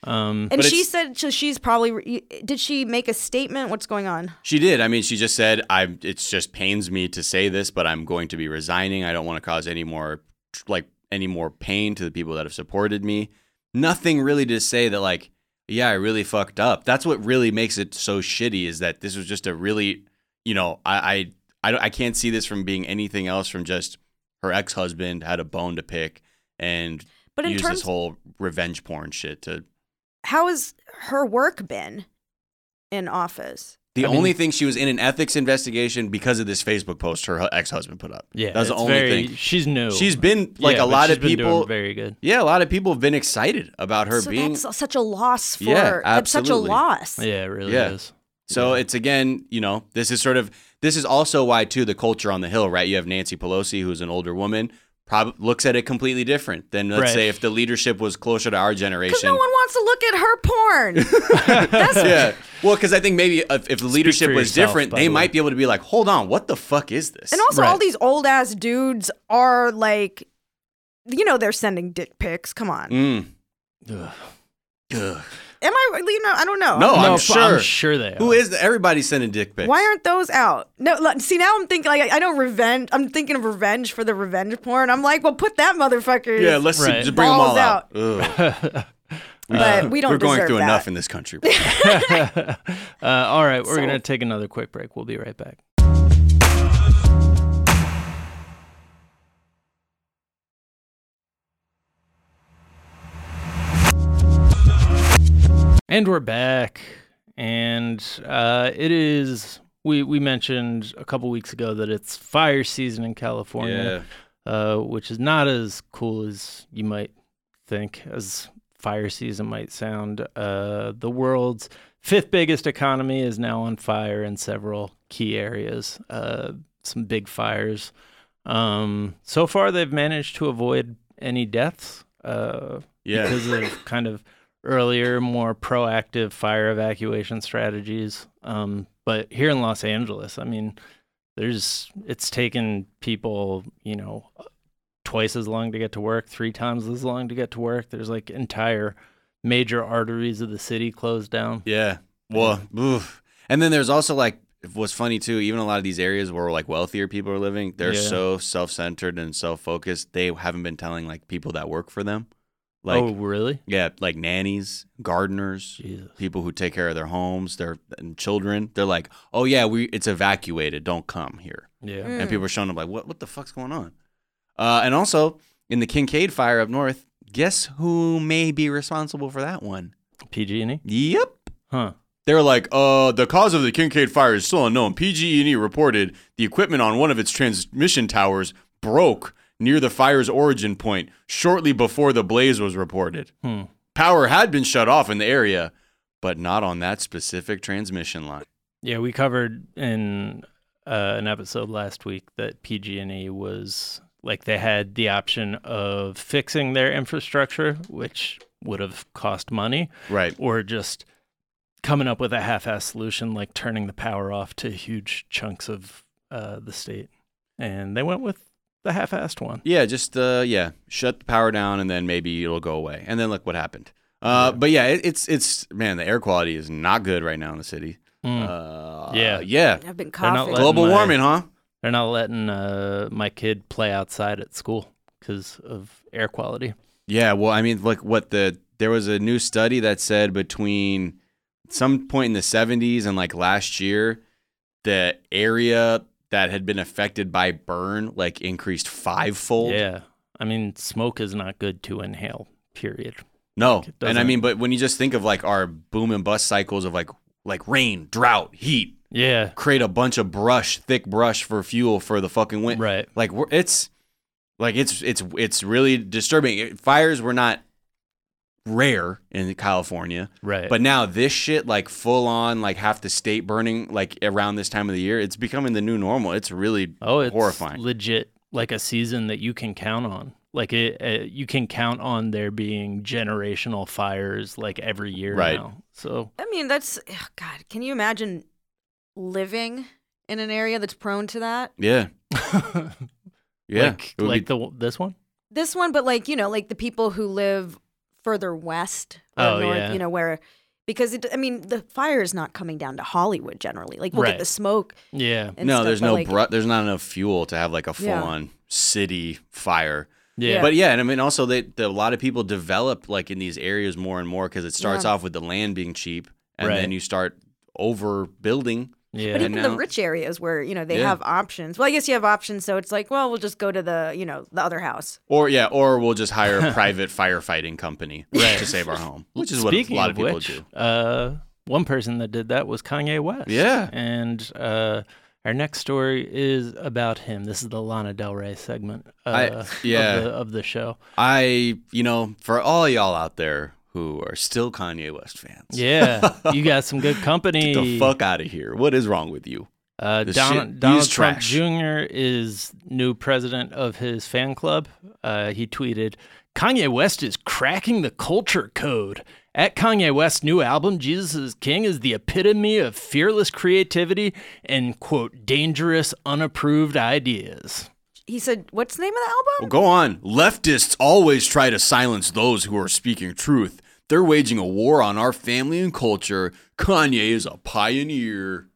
S1: Um,
S3: And
S2: But
S3: she
S2: it's-
S3: said so she's probably. re- Did she make a statement? What's going on?
S2: She did. I mean, she just said, "I. It just pains me to say this, but I'm going to be resigning. I don't want to cause any more, like, any more pain to the people that have supported me. Nothing really to say that, like, yeah, I really fucked up. That's what really makes it so shitty is that this was just a really, you know, I I I, don't- I can't see this from being anything else from just her ex husband had a bone to pick and
S3: But in
S2: used
S3: terms-
S2: this whole revenge porn shit to.
S3: How has her work been in office?
S2: The only thing she was in an ethics investigation because of this Facebook post her ex husband put up.
S1: Yeah,
S2: that's the
S1: it's
S2: only
S1: very-
S2: thing.
S1: She's new.
S2: She's been like
S1: Yeah,
S2: a
S1: but
S2: lot
S1: she's
S2: of
S1: been doing
S2: people.
S1: very good.
S2: Yeah, a lot of people have been excited about her
S3: so
S2: being.
S3: that's such a loss for
S2: Yeah,
S3: her. That's such a
S2: absolutely.
S3: loss.
S1: Yeah, it really
S2: Yeah.
S1: is.
S2: So it's again, you know, this is sort of this is also why too the culture on the hill, right? You have Nancy Pelosi, who's an older woman, prob- looks at it completely different than let's
S1: Right.
S2: say if the leadership was closer to our
S3: Because
S2: generation.
S3: no one wants to look at her porn.
S2: yeah, well, because I think maybe if, if the leadership
S1: for
S2: was
S1: yourself,
S2: different,
S1: by
S2: they
S1: the way.
S2: might be able to be like, hold on, what the fuck is this?
S3: and also,
S1: Right.
S3: all these old ass dudes are like, you know, they're sending dick pics. Come on.
S2: Mm.
S3: Am I, you know, I don't know.
S2: No,
S1: Uh, no,
S2: Oh, I'm
S1: f-
S2: sure.
S1: I'm sure they
S2: Who
S1: are.
S2: is the, everybody's sending dick pics?
S3: Why aren't those out? No, look, see now I'm thinking like I know revenge. I'm thinking of revenge for the revenge porn. I'm like, well, put that motherfucker.
S2: yeah, let's see-
S1: Right.
S2: just bring them all
S3: Balls
S2: out. Ugh.
S3: but we don't.
S2: We're going
S3: deserve
S2: through
S3: that.
S2: enough in this country.
S1: Uh, all right, we're gonna take another quick break. We'll be right back. And we're back. And uh, it is we we mentioned a couple weeks ago that it's fire season in California, uh, which is not as cool as you might think, as fire season might sound. Uh, the world's fifth biggest economy is now on fire in several key areas. Uh, some big fires. Um, so far, they've managed to avoid any deaths. Uh,
S2: Yeah.
S1: because of kind of earlier, more proactive fire evacuation strategies. Um, but here in Los Angeles, I mean, there's it's taken people, you know, twice as long to get to work, three times as long to get to work. There's like entire major arteries of the city closed down.
S2: Yeah. Well, oof. and then there's also like what's funny too. Even a lot of these areas where like wealthier people are living, they're
S1: Yeah.
S2: so self-centered and self-focused. They haven't been telling like people that work for them, like
S1: oh, really?
S2: yeah, like nannies, gardeners,
S1: Jesus.
S2: people who take care of their homes, their and children. They're like, oh yeah, we it's evacuated. Don't come here.
S1: Yeah.
S2: And people are showing up like, what what the fuck's going on? Uh, and also in the Kincaid fire up north, guess who may be responsible for that one?
S1: PG&E?
S2: Yep.
S1: E? Huh.
S2: They're like, uh, the cause of the Kincaid fire is still unknown. PG&E E reported the equipment on one of its transmission towers broke near the fire's origin point shortly before the blaze was reported.
S1: Hmm.
S2: Power had been shut off in the area, but not on that specific transmission line.
S1: Yeah, we covered in uh, an episode last week that PG&E E was like they had the option of fixing their infrastructure, which would have cost money,
S2: Right.
S1: or just coming up with a half-ass solution like turning the power off to huge chunks of uh, the state. And they went with the half-assed one.
S2: Yeah, just uh, yeah, shut the power down, and then maybe it'll go away. And then look what happened. Uh, But yeah, it, it's it's man, the air quality is not good right now in the city.
S1: Mm.
S2: Uh,
S1: Yeah.
S2: yeah,
S3: I've been
S1: They're not
S3: coughing.
S1: letting
S2: global
S1: my-
S2: warming, huh?
S1: They're not letting uh, my kid play outside at school because of air quality.
S2: Yeah, well, I mean, like what the there was a new study that said between some point in the 70s and like last year, the area that had been affected by burn like increased fivefold.
S1: Yeah. I mean, smoke is not good to inhale, period.
S2: No,
S1: It
S2: and I
S1: doesn't-
S2: mean, but when you just think of like our boom and bust cycles of like like rain, drought, heat,
S1: Yeah.
S2: create a bunch of brush, thick brush for fuel for the fucking wind.
S1: Right.
S2: Like we're, it's like it's it's it's really disturbing. It- Fires were not rare in California.
S1: Right.
S2: But now this shit, like full on, like half the state burning, like around this time of the year, it's becoming the new normal. It's really
S1: oh, it's
S2: horrifying.
S1: legit like a season that you can count on. Like it, uh, you can count on there being generational fires like every year
S2: Right.
S1: now. So
S3: I mean, that's ugh, God. Can you imagine living in an area that's prone to that?
S2: yeah, yeah.
S1: like,
S2: It would
S1: like
S2: be-
S1: the this one.
S3: This one, but like you know, like the people who live further west or
S1: Oh,
S3: north,
S1: yeah.
S3: you know, where because it, I mean, the fire is not coming down to Hollywood generally. Like we'll
S1: Right.
S3: get the smoke.
S1: Yeah.
S3: And
S2: no,
S3: stuff,
S2: there's
S3: but,
S2: no
S3: like,
S2: bru- there's not enough fuel to have like a full
S3: Yeah.
S2: on city fire.
S1: Yeah.
S2: But yeah, and I mean, also they, the, a lot of people develop like in these areas more and more because it starts off with the land being cheap, and
S1: Right.
S2: then you start overbuilding.
S1: Yeah.
S3: But
S2: And
S3: even the
S2: now-
S3: rich areas where you know they
S2: Yeah.
S3: have options. Well, I guess you have options, so it's like, well, we'll just go to the you know the other house.
S2: Or yeah, or we'll just hire a private firefighting company to save our home, which is what
S1: Speaking
S2: a lot of, people
S1: which,
S2: do.
S1: Uh, one person that did that was Kanye West.
S2: Yeah.
S1: And uh, our next story is about him. This is the Lana Del Rey segment uh,
S2: I- yeah.
S1: of, the, of the show.
S2: I, you know, for all y'all out there who are still Kanye West fans,
S1: Yeah. you got some good company.
S2: get the fuck out of here. What is wrong with you?
S1: Uh,
S2: This
S1: Donald,
S2: shit-
S1: Donald
S2: he's
S1: Trump
S2: trash.
S1: Jr. is new president of his fan club. Uh, he tweeted, "Kanye West is cracking the culture code." At Kanye West's new album, Jesus is King, is the epitome of fearless creativity and quote dangerous unapproved ideas.
S3: He said, "What's the name of the album?"
S2: Well, go on. Leftists always try to silence those who are speaking truth. They're waging a war on our family and culture. Kanye is a pioneer.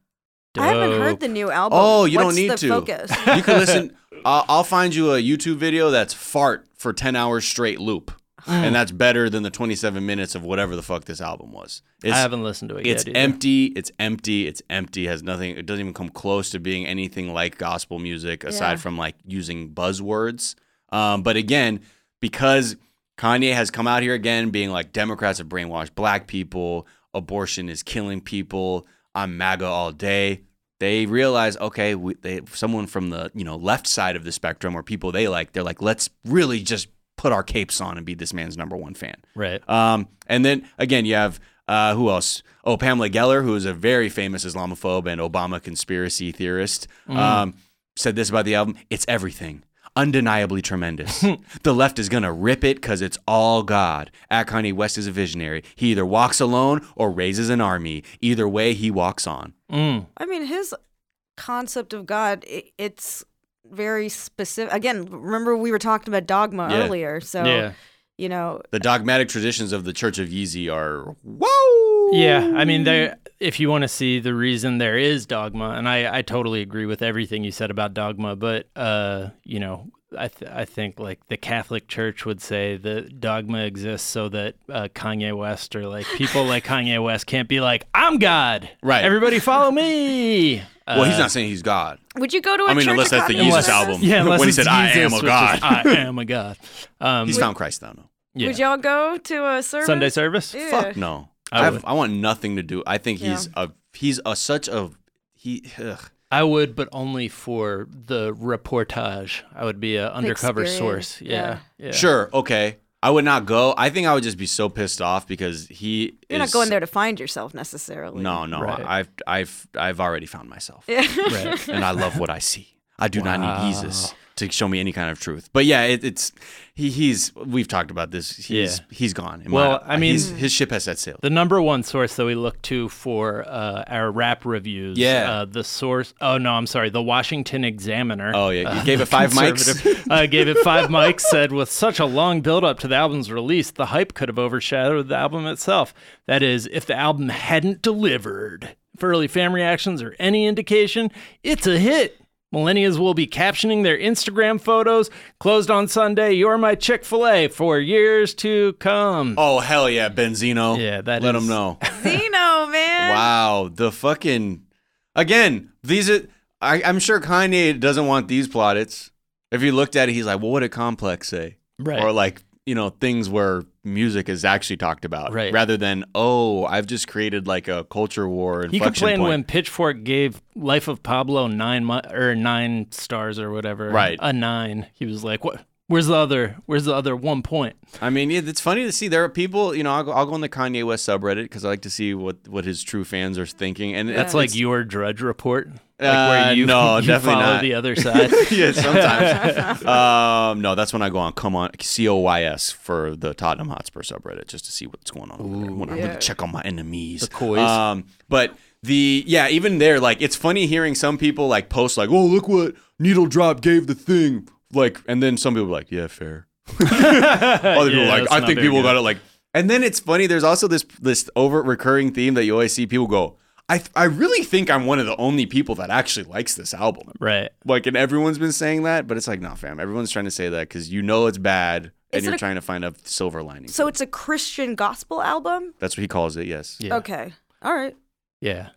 S3: I haven't
S1: Oh, Dope.
S3: heard the new album.
S2: Oh, you
S3: What's
S2: don't need
S3: the
S2: to.
S3: Focus?
S2: You can listen. I'll I'll find you a YouTube video that's fart for 10 hours straight loop. And that's better than the 27 minutes of whatever the fuck this album was. It's,
S1: I haven't listened to it
S2: It's
S1: yet. either.
S2: empty. It's empty. It's empty. Has nothing. It doesn't even come close to being anything like gospel music, aside
S3: Yeah.
S2: from like using buzzwords. Um, but again, because Kanye has come out here again, being like Democrats have brainwashed black people. Abortion is killing people. I'm MAGA all day. They realize, okay, we, they someone from the you know left side of the spectrum or people they like, they're like, let's really just put our capes on and be this man's number one fan.
S1: right.
S2: Um, and then again, you have uh, who else? Oh, Pamela Geller, who is a very famous Islamophobe and Obama conspiracy theorist,
S1: Mm.
S2: um, said this about the album: "It's everything." Undeniably tremendous. the left is gonna rip it because it's all God. At Kanye West is a visionary. He either walks alone or raises an army. Either way, he walks on.
S1: Mm.
S3: I mean, his concept of God, i it's very specific. Again, remember we were talking about dogma
S2: Yeah.
S3: earlier, so
S1: Yeah.
S3: you know,
S2: The dogmatic traditions of the Church of Yeezy are whoa.
S1: Yeah, I mean, there. If you want to see the reason there is dogma, and I, I totally agree with everything you said about dogma, but uh, you know, I th- I think like the Catholic Church would say that dogma exists so that uh, Kanye West or like people like Kanye West can't be like I'm God,
S2: Right.
S1: Everybody follow me.
S2: Well, he's not saying he's God.
S3: would you go to a
S2: I mean,
S3: church
S2: unless
S3: of
S2: that's the
S3: Kanye
S2: Jesus
S3: West?
S2: album.
S1: Yeah, unless
S2: When he
S1: it's
S2: said, "I am
S1: Jesus,
S2: a
S1: which is,
S2: God."
S1: I am a God. Um,
S2: He's found Christ, though. No.
S1: yeah.
S3: Would y'all go to a service?
S1: Sunday service.
S3: Ew.
S2: Fuck no.
S1: I
S2: I, have,
S1: would.
S2: I want nothing to do. I think
S3: Yeah.
S2: he's a he's a such a he. Ugh.
S1: I would, but only for the reportage. I would be an undercover
S3: experience,
S1: source. Yeah. yeah.
S2: Sure. Okay. I would not go. I think I would just be so pissed off because he.
S3: You're not
S2: is-
S3: going there to find yourself necessarily.
S2: No, no.
S1: Right.
S2: I've I've I've already found myself,
S1: Right.
S2: and I love what I see. I do not need Jesus to show me any kind of truth. But yeah, it, it's he. He's we've talked about this. He's
S1: Yeah.
S2: he's gone. in
S1: Well, I mean-
S2: he's- his ship has set sail.
S1: The number one source that we look to for uh, our rap reviews.
S2: Yeah.
S1: Uh, the source. Oh no, I'm sorry. The Washington Examiner.
S2: Oh, yeah, you gave
S1: the
S2: it five mics?
S1: conservative, uh, gave it five mics. Said with such a long build-up to the album's release, the hype could have overshadowed the album itself. That is, if the album hadn't delivered. If early fan reactions are any indication, it's a hit. Millennials will be captioning their Instagram photos. Closed on Sunday. You're my Chick Fil A for years to come.
S2: oh hell yeah, Benzino.
S1: Yeah, that
S2: let
S1: is-
S2: him know.
S3: Zeno, man.
S2: Wow, the fucking again. These are I, I'm sure Kanye doesn't want these plaudits. If he looked at it, he's like, "Well, what did Complex say?"
S1: Right.
S2: Or like you know things where music is actually talked about,
S1: Right.
S2: Rather than oh, I've just created like a culture war.
S1: He
S2: Inflection
S1: complained
S2: point.
S1: when Pitchfork gave Life of Pablo nine mu- or nine stars or whatever.
S2: Right.
S1: a nine. He was like, "What? Where's the other? Where's the other one point?"
S2: I mean, it- it's funny to see there are people. You know, I'll go, I'll go on the Kanye West subreddit because I like to see what what his true fans are thinking. And
S1: That's like your Drudge report, like
S2: Uh,
S1: where you,
S2: no,
S1: you
S2: definitely
S1: follow
S2: not.
S1: the other side.
S2: yeah, sometimes. um, no, that's when I go on come on C O Y S for the Tottenham Hotspur subreddit just to see what's going on. over there. when I'm gonna check on my enemies. The
S1: coys.
S2: Um, but the yeah, even there, like it's funny hearing some people like post like, "Oh, look what Needle Drop gave the thing," like, and then some people are like, "Yeah, fair." Other people
S1: Yeah,
S2: are like,
S1: that's
S2: "I
S1: not
S2: think
S1: very
S2: people
S1: good.
S2: got it." Like, and then it's funny. There's also this this over recurring theme that you always see people go. I I really think I'm one of the only people that actually likes this album.
S1: Right.
S2: Like, and everyone's been saying that, but it's like, nah, fam. Everyone's trying to say that because you know it's bad, and
S3: Is it
S2: you're
S3: a-
S2: trying to find a silver lining.
S3: So it's a Christian gospel album?
S2: that's what he calls it. Yes.
S1: Yeah.
S3: Okay. All right.
S1: Yeah.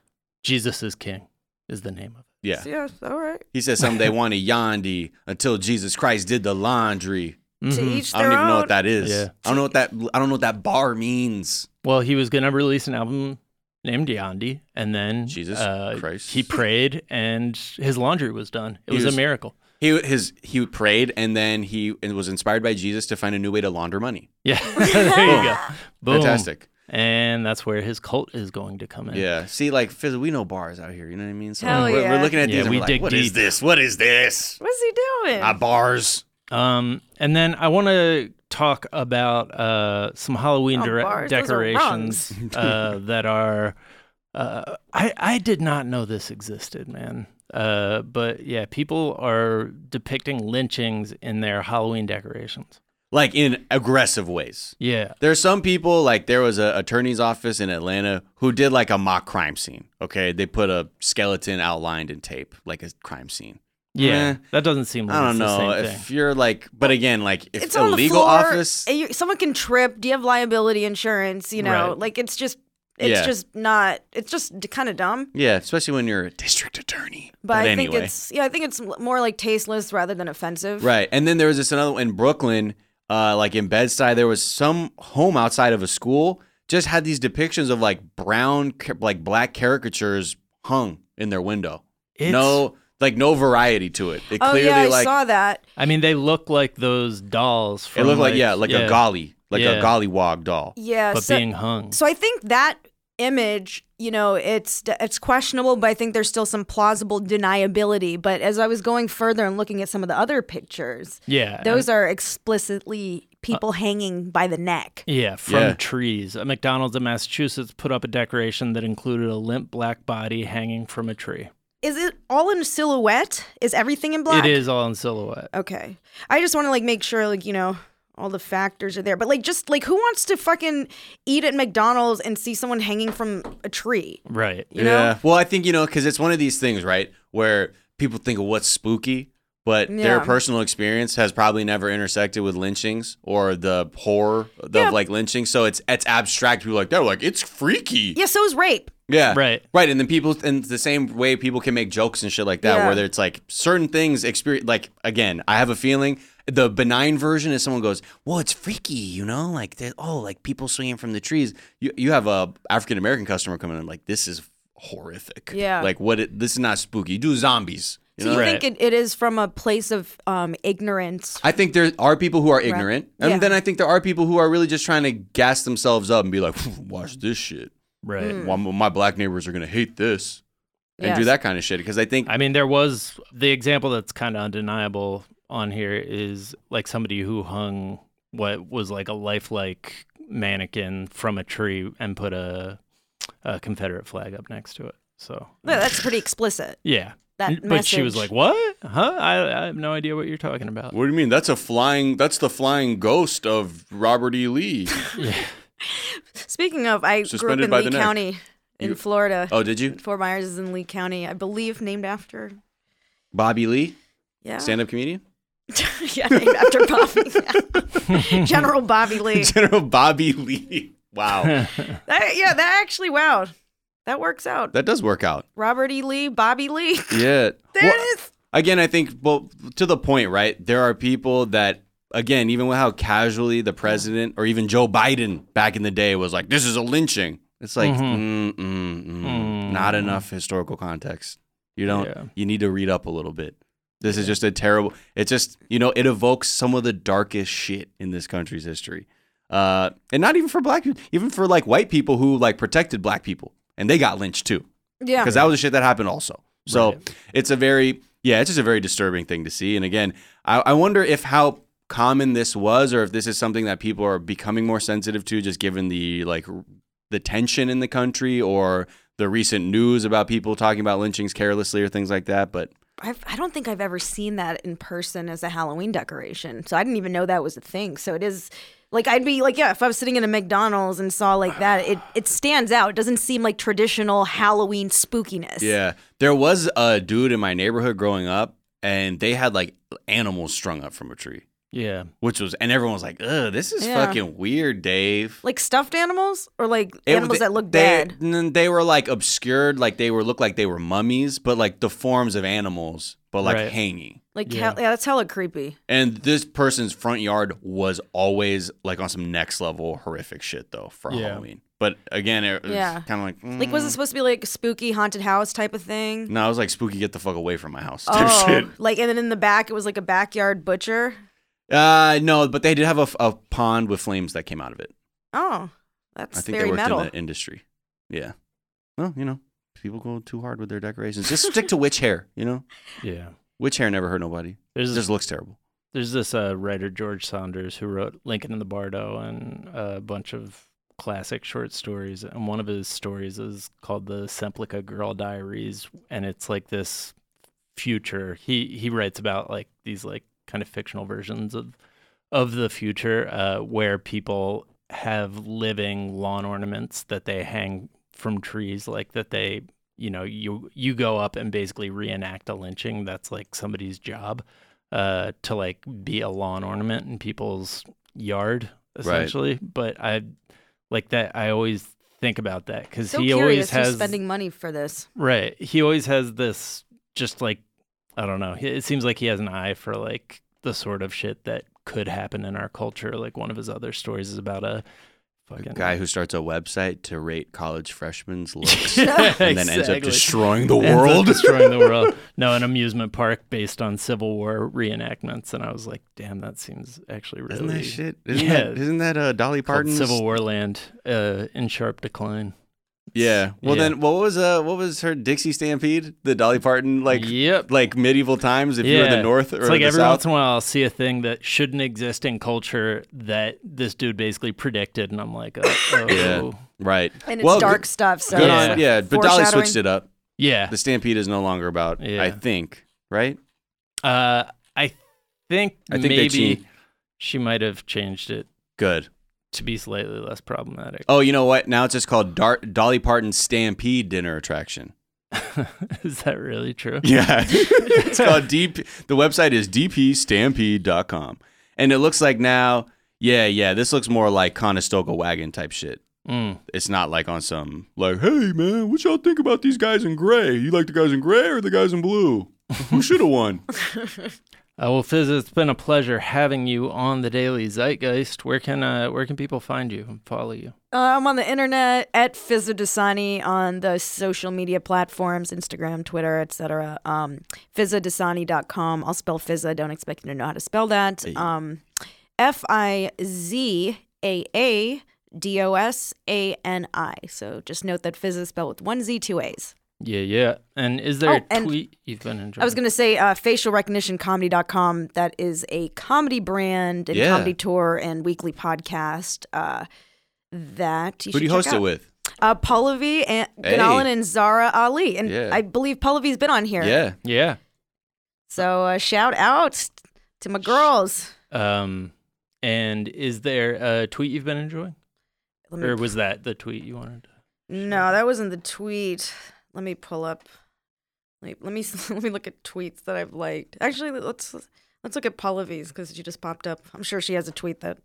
S1: Jesus is King is the name of it.
S2: Yeah.
S3: Yeah, all right.
S2: He says something they want to yandi until Jesus Christ did the laundry.
S3: To
S1: Mhm.
S3: each
S2: I don't
S3: their
S2: even know
S3: own.
S2: what that is.
S1: Yeah.
S2: I don't know what that I don't know what that bar means.
S1: Well, he was going to release an album named Yandi, and then uh,
S2: Jesus Christ.
S1: he prayed, and his laundry was done. It
S2: He
S1: was,
S2: was-
S1: a miracle.
S2: He his he prayed and then he and was inspired by Jesus to find a new way to launder money.
S1: Yeah, there you go. Boom.
S2: Fantastic.
S1: And that's where his cult is going to come in.
S2: Yeah. See, like Fizz, we know bars out here. You know what I mean? So
S3: Hell
S2: we're,
S3: yeah.
S2: we're looking at
S1: Yeah,
S2: these. and
S1: we
S2: we're
S1: dig
S2: like, what is
S1: deep.
S2: this? What is this?
S3: What's he doing?
S2: Ah, bars.
S1: Um, and then I want to talk about uh, some Halloween
S3: Oh,
S1: dire-
S3: bars, those are
S1: decorations uh, that are. Uh, I I did not know this existed, man. Uh, but yeah, people are depicting lynchings in their Halloween decorations.
S2: Like in aggressive ways.
S1: Yeah,
S2: There are some people like there was a attorney's office in Atlanta who did like a mock crime scene. Okay, they put a skeleton outlined in tape, like a crime scene.
S1: yeah,
S2: Eh,
S1: that doesn't seem. Like
S2: I don't
S1: it's the
S2: know
S1: same thing.
S2: if you're like, but again, like if
S3: it's
S2: a
S3: on the
S2: legal
S3: floor.
S2: office,
S3: and you- someone can trip. Do you have liability insurance? You know,
S1: Right.
S3: like it's just, it's
S2: Yeah.
S3: just not. It's just kind of dumb.
S2: yeah, especially when you're a district attorney.
S3: But, I
S2: anyway.
S3: think it's, yeah, I think it's more like tasteless rather than offensive.
S2: Right. And then there was this another one in Brooklyn, uh, like in Bed-Stuy, there was some home outside of a school just had these depictions of like brown, ca- like black caricatures hung in their window.
S1: It's-
S2: no, like no variety to it. It
S3: Oh
S2: clearly
S3: yeah, I
S2: like,
S3: saw that.
S1: I mean, they look like those dolls. From
S2: it looked like, yeah, like a golly, like
S1: Yeah.
S2: a gollywog doll.
S3: Yeah.
S1: but
S3: so,
S1: being hung.
S3: so I think that image, you know, it's it's questionable, but I think there's still some plausible deniability. But as I was going further and looking at some of the other pictures,
S1: yeah,
S3: those are explicitly people hanging by the neck.
S1: Yeah, from
S2: Yeah.
S1: trees. A McDonald's in Massachusetts put up a decoration that included a limp black body hanging from a tree.
S3: Is it all in silhouette? Is everything in black?
S1: It is all in silhouette.
S3: Okay. I just want to like make sure like you know all the factors are there. But like just like who wants to fucking eat at McDonald's and see someone hanging from a tree?
S1: Right.
S3: You know?
S2: Well, I think, you know, because it's one of these things, right? Where people think of what's spooky, but their
S3: Yeah.
S2: personal experience has probably never intersected with lynchings or the horror of
S3: Yeah.
S2: like lynching. So it's it's abstract. People are like, they're like, it's freaky.
S3: Yeah, so is rape.
S2: Yeah.
S1: Right.
S2: Right. And then people, and it's the same way people can make jokes and shit like that,
S3: Yeah.
S2: where it's like certain things experience, like, again, I have a feeling the benign version is someone goes, well, it's freaky, you know, like, they're- oh, like people swinging from the trees. You, you have a African American customer coming in, like, this is horrific.
S3: Yeah.
S2: Like, what, it, this is not spooky. You do zombies. You
S3: So
S2: know?
S3: you
S1: Right.
S3: think it, it is from a place of um, ignorance.
S2: I think there are people who are ignorant. And
S3: Yeah.
S2: then I think there are people who are really just trying to gas themselves up and be like, watch this shit.
S1: Right.
S3: Mm.
S2: Why- my black neighbors are going to hate this. And do
S3: Yes.
S2: that kind of shit because I think
S1: I mean, there was the example that's kind of undeniable on here is like somebody who hung what was like a lifelike mannequin from a tree and put a, a Confederate flag up next to it. So,
S3: Well, that's pretty explicit.
S1: yeah.
S3: That
S1: N- but she was like,
S3: message.
S1: "What? Huh? I, I have no idea what you're talking about."
S2: What do you mean? That's a flying. That's the flying ghost of Robert E. Lee.
S3: Speaking of, I grew up
S2: Suspended
S3: in
S2: by
S3: Lee
S2: the neck.
S3: County in Florida.
S2: oh, did you?
S3: Fort Myers is in Lee County, I believe, named after.
S2: Bobby Lee,
S3: Yeah.
S2: stand-up comedian.
S3: yeah, named after Bobby. General Bobby Lee.
S2: General Bobby Lee. Wow,
S3: That- yeah, that actually, wow. That works out.
S2: that does work out.
S3: Robert E. Lee, Bobby Lee.
S2: Yeah.
S3: There
S2: Well,
S3: it is.
S2: Again, I think, well, to the point, right? There are people that, again, even with how casually the president or even Joe Biden back in the day was like, "This is a lynching." It's like, mm, mm, mm, not enough historical context. You don't.
S1: Yeah.
S2: You need to read up a little bit. This is just a terrible. It just you know it evokes some of the darkest shit in this country's history, uh, and not even for black people, even for like white people who like protected black people and they got lynched too
S3: Yeah.
S2: because that was the shit that happened also. So it's a very yeah, it's just a very disturbing thing to see. And again, I, I wonder if how common this was or if this is something that people are becoming more sensitive to just given the like r- the tension in the country or the recent news about people talking about lynchings carelessly or things like that. But
S3: I've, I don't think I've ever seen that in person as a Halloween decoration. So I didn't even know that was a thing. So it is Like I'd be like, yeah, if I was sitting in a McDonald's and saw like that, it it stands out. It doesn't seem like traditional Halloween spookiness.
S2: Yeah. There was a dude in my neighborhood growing up, and they had like animals strung up from a tree,
S1: Yeah.
S2: which was, and everyone was like, ugh, this is
S3: Yeah.
S2: fucking weird, Dave.
S3: Like stuffed animals or like
S2: It-
S3: animals
S2: they-
S3: that look
S2: they,
S3: bad.
S2: n- They were like obscured, like they were looked like they were mummies, but like the forms of animals, but like
S1: Right.
S2: hanging.
S3: Like
S1: Yeah.
S3: yeah. yeah, that's hella creepy.
S2: And this person's front yard was always like on some next level horrific shit though for
S1: Yeah.
S2: Halloween. But again, it was
S3: Yeah.
S2: kind of like mm.
S3: Like was it supposed to be like a spooky haunted house type of thing?
S2: No, I was like spooky. Get the fuck away from my house. Type
S3: Oh,
S2: shit.
S3: like and then in the back it was like a backyard butcher.
S2: Uh, no, but they did have a, f- a pond with flames that came out of it.
S3: Oh, that's
S2: I think
S3: very
S2: they worked
S3: metal.
S2: in that industry. Yeah. Well, you know, people go too hard with their decorations. Just stick to witch hair. You know,
S1: Yeah.
S2: witch hair never hurt nobody.
S1: There's
S2: It just looks terrible.
S1: there's this uh, writer George Saunders who wrote Lincoln in the Bardo and a bunch of classic short stories, and one of his stories is called the Semplica Girl Diaries, and it's like this future. He he writes about like these like kind of fictional versions of of the future uh, where people have living lawn ornaments that they hang from trees, like that they you know you you go up and basically reenact a lynching. That's like somebody's job uh, to like be a lawn ornament in people's yard essentially. But I like that. I always think about that because
S3: so
S1: he always
S3: curious
S1: has
S3: who's spending money for this.
S1: Right. He always has this just like I don't know. It seems like he has an eye for like the sort of shit that could happen in our culture. Like one of his other stories is about a fucking
S2: Guy who starts a website to rate college freshmen's looks and
S1: Yeah,
S2: then ends up
S1: exactly.
S2: destroying the
S1: Ends up
S2: world.
S1: destroying the world. No, an amusement park based on Civil War reenactments, and I was like, damn, that seems actually really
S2: Isn't that shit? Isn't
S1: Yeah.
S2: that, isn't that uh, Dolly
S1: called
S2: Parton's
S1: Civil War land uh, in sharp decline.
S2: Yeah. Well,
S1: Yeah.
S2: then what was uh what was her Dixie Stampede? The Dolly Parton like
S1: Yep.
S2: like medieval times. If you were in the north or
S1: it's like
S2: the
S1: every
S2: south.
S1: once in a while I'll see a thing that shouldn't exist in culture that this dude basically predicted, and I'm like, oh,
S2: Yeah.
S1: oh.
S2: Right.
S3: And it's
S2: Well,
S3: dark
S2: good-
S3: stuff. So
S2: Good
S1: Yeah.
S2: on yeah. But Dolly
S3: Foreshadowing.
S2: switched it up.
S1: yeah.
S2: The Stampede is no longer about. I
S1: Yeah.
S2: think. Right.
S1: Uh, I think
S2: I think they
S1: maybe
S2: changed-
S1: she might have changed it
S2: Good.
S1: to be slightly less problematic.
S2: Oh, you know what? Now it's just called Dar- Dolly Parton Stampede Dinner Attraction.
S1: Is that really true?
S2: Yeah. it's called DP. The website is dpstampede.com. And it looks like now, yeah, yeah, this looks more like Conestoga wagon type shit.
S1: Mm.
S2: It's not like on some, like, hey, man, what y'all think about these guys in gray? You like the guys in gray or the guys in blue? Who should have won?
S1: Uh, well, Fizz, it's been a pleasure having you on the Daily Zeitgeist. Where can uh, where can people find you and follow you?
S3: Uh, I'm on the internet at Fizzo Dasani on the social media platforms, Instagram, Twitter, etc. Um, FizzoDasani.com. I'll spell Fizza. Don't expect you to know how to spell that. Um, F I Z A A D O S A N I. So just note that Fizza is spelled with one Z, two A's.
S1: Yeah, yeah. And is there
S3: Oh,
S1: a
S3: and-
S1: tweet you've been enjoying?
S3: I was going to say uh, facialrecognitioncomedy.com. That is a comedy brand and
S2: Yeah.
S3: comedy tour and weekly podcast. Uh, that you
S2: Who
S3: should
S2: do you host
S3: check
S2: it
S3: out.
S2: with?
S3: Uh, Pallavi and Ganalan and Zara Ali, and
S2: Yeah.
S3: I believe Pallavi's been on here.
S2: Yeah.
S1: Yeah.
S3: So uh, shout out to my girls.
S1: Um, and is there a tweet you've been enjoying,
S3: Let me-
S1: or was that the tweet you wanted?
S3: no, that wasn't the tweet. Let me pull up. Let me let me, let me look at tweets that I've liked. Actually, let's let's look at Pallavi's because she just popped up. I'm sure she has a tweet that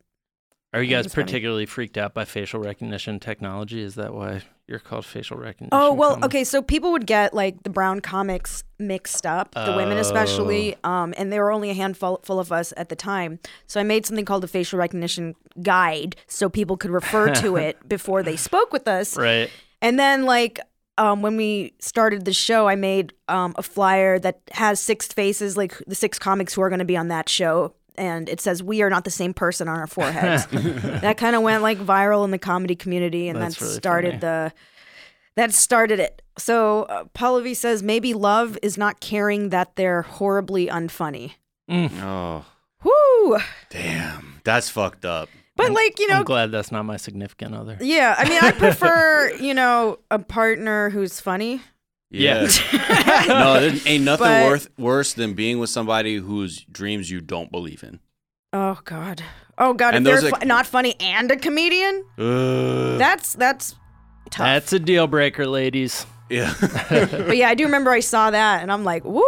S1: Are you
S3: I
S1: guys
S3: think it's funny.
S1: particularly freaked out by facial recognition technology? Is that why you're called facial recognition?
S3: Oh well,
S1: comedy?
S3: okay. So people would get like the brown comics mixed up, the women especially, um, and there were only a handful full of us at the time. So I made something called the facial recognition guide, so people could refer to it before they spoke with us.
S1: Right.
S3: And then like um, when we started the show, I made um, a flyer that has six faces, like the six comics who are going to be on that show. And it says, We are not the same person on our foreheads. that kind of went like viral in the comedy community. And
S1: That's
S3: that
S1: really
S3: started
S1: funny.
S3: the. That started it. So uh, Pallavi says maybe love is not caring that they're horribly unfunny.
S2: Oh,
S3: Whoo!
S2: damn. That's fucked up.
S3: But like you know,
S1: I'm glad that's not my significant other.
S3: yeah. I mean, I prefer you know a partner who's funny.
S1: Yeah.
S2: no, there ain't nothing
S3: But-
S2: worth worse than being with somebody whose dreams you don't believe in.
S3: Oh God. Oh god,
S2: And
S3: if
S2: those
S3: they're
S2: are-
S3: fu- not funny and a comedian, that's that's tough.
S1: That's a deal breaker, ladies.
S3: but yeah, I do remember I saw that, and I'm like, woo.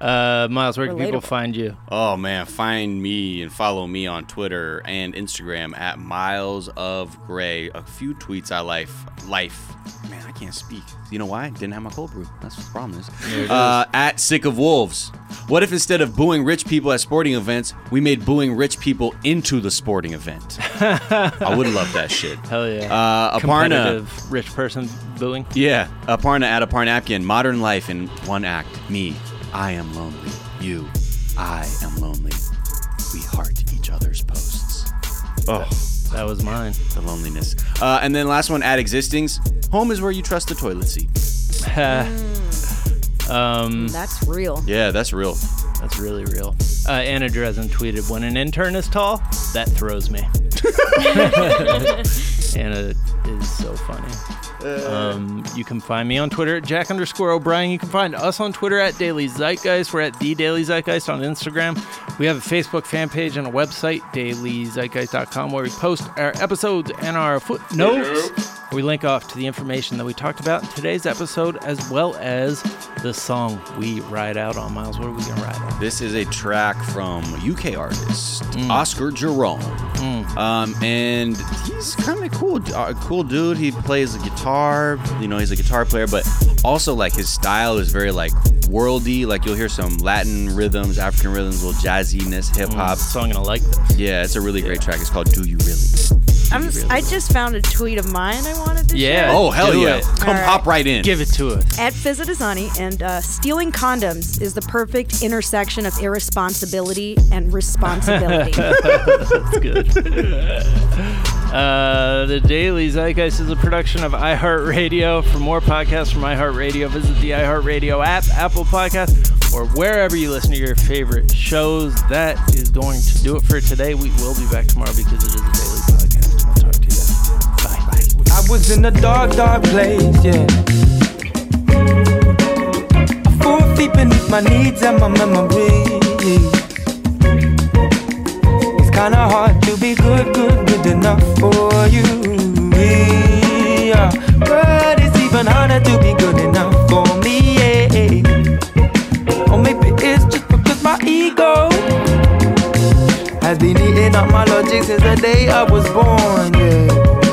S1: Uh, Miles, where can people
S3: Relatable.
S1: find you?
S2: Oh man, find me and follow me on Twitter and Instagram at Miles of Gray. A few tweets I life life. Man, I can't speak. You know why? Didn't have my cold brew. That's what the problem is. Uh, at Sick of Wolves. What if instead of booing rich people at sporting events, we made booing rich people into the sporting event? I would love that shit.
S1: Hell yeah.
S2: Uh, Aparna.
S1: Competitive rich person booing.
S2: Yeah, Aparna at Aparnapkin. Modern life in one act. Me, I am lonely. You, I am lonely. We heart each other's posts. Oh,
S1: That was mine.
S2: the loneliness. Uh, and then last one at Existings. Home is where you trust the toilet seat.
S1: um,
S2: Mm.
S3: That's real.
S2: Yeah, that's real.
S1: that's really real. Uh, Anna Dresden tweeted, "When an intern is tall, that throws me." Anna is so funny. Um, you can find me on Twitter at Jack underscore O'Brien. You can find us on Twitter at Daily Zeitgeist. We're at The Daily Zeitgeist on Instagram. We have a Facebook fan page and a website, dailyzeitgeist.com, where we post our episodes and our footnotes. We link off to the information that we talked about in today's episode, as well as the song we ride out on. Miles, what are we going to ride on?
S2: This is a track from UK artist Oscar Jerome, um, and he's kind of cool, uh, cool dude. He plays the guitar, you know, he's a guitar player, but also like his style is very like worldy. Like you'll hear some Latin rhythms, African rhythms, little jazziness, hip hop.
S1: So I'm going to like this.
S2: Yeah, it's a really great track. It's called "Do You Really?"
S3: I'm, I just found a tweet of mine I wanted to share.
S1: Yeah.
S2: Oh hell
S1: do
S2: yeah!
S1: it.
S2: Come
S3: All
S2: hop right in.
S1: Give it to us.
S3: at Fizzadizani, and uh, stealing condoms is the perfect intersection of irresponsibility and responsibility.
S1: Uh, the Daily Zeitgeist is a production of iHeartRadio. For more podcasts from iHeartRadio, visit the iHeartRadio app, Apple Podcast, or wherever you listen to your favorite shows. That is going to do it for today. We will be back tomorrow because it is a daily podcast. I'll talk to you then. Bye.
S8: I was in a dark, dark place, yeah. Four deep beneath my needs and my memory. It's kinda hard to be good, good, good enough for you. Yeah. But it's even harder to be good enough for me, yeah. Or maybe it's just because my ego has been eating up my logic since the day I was born, yeah.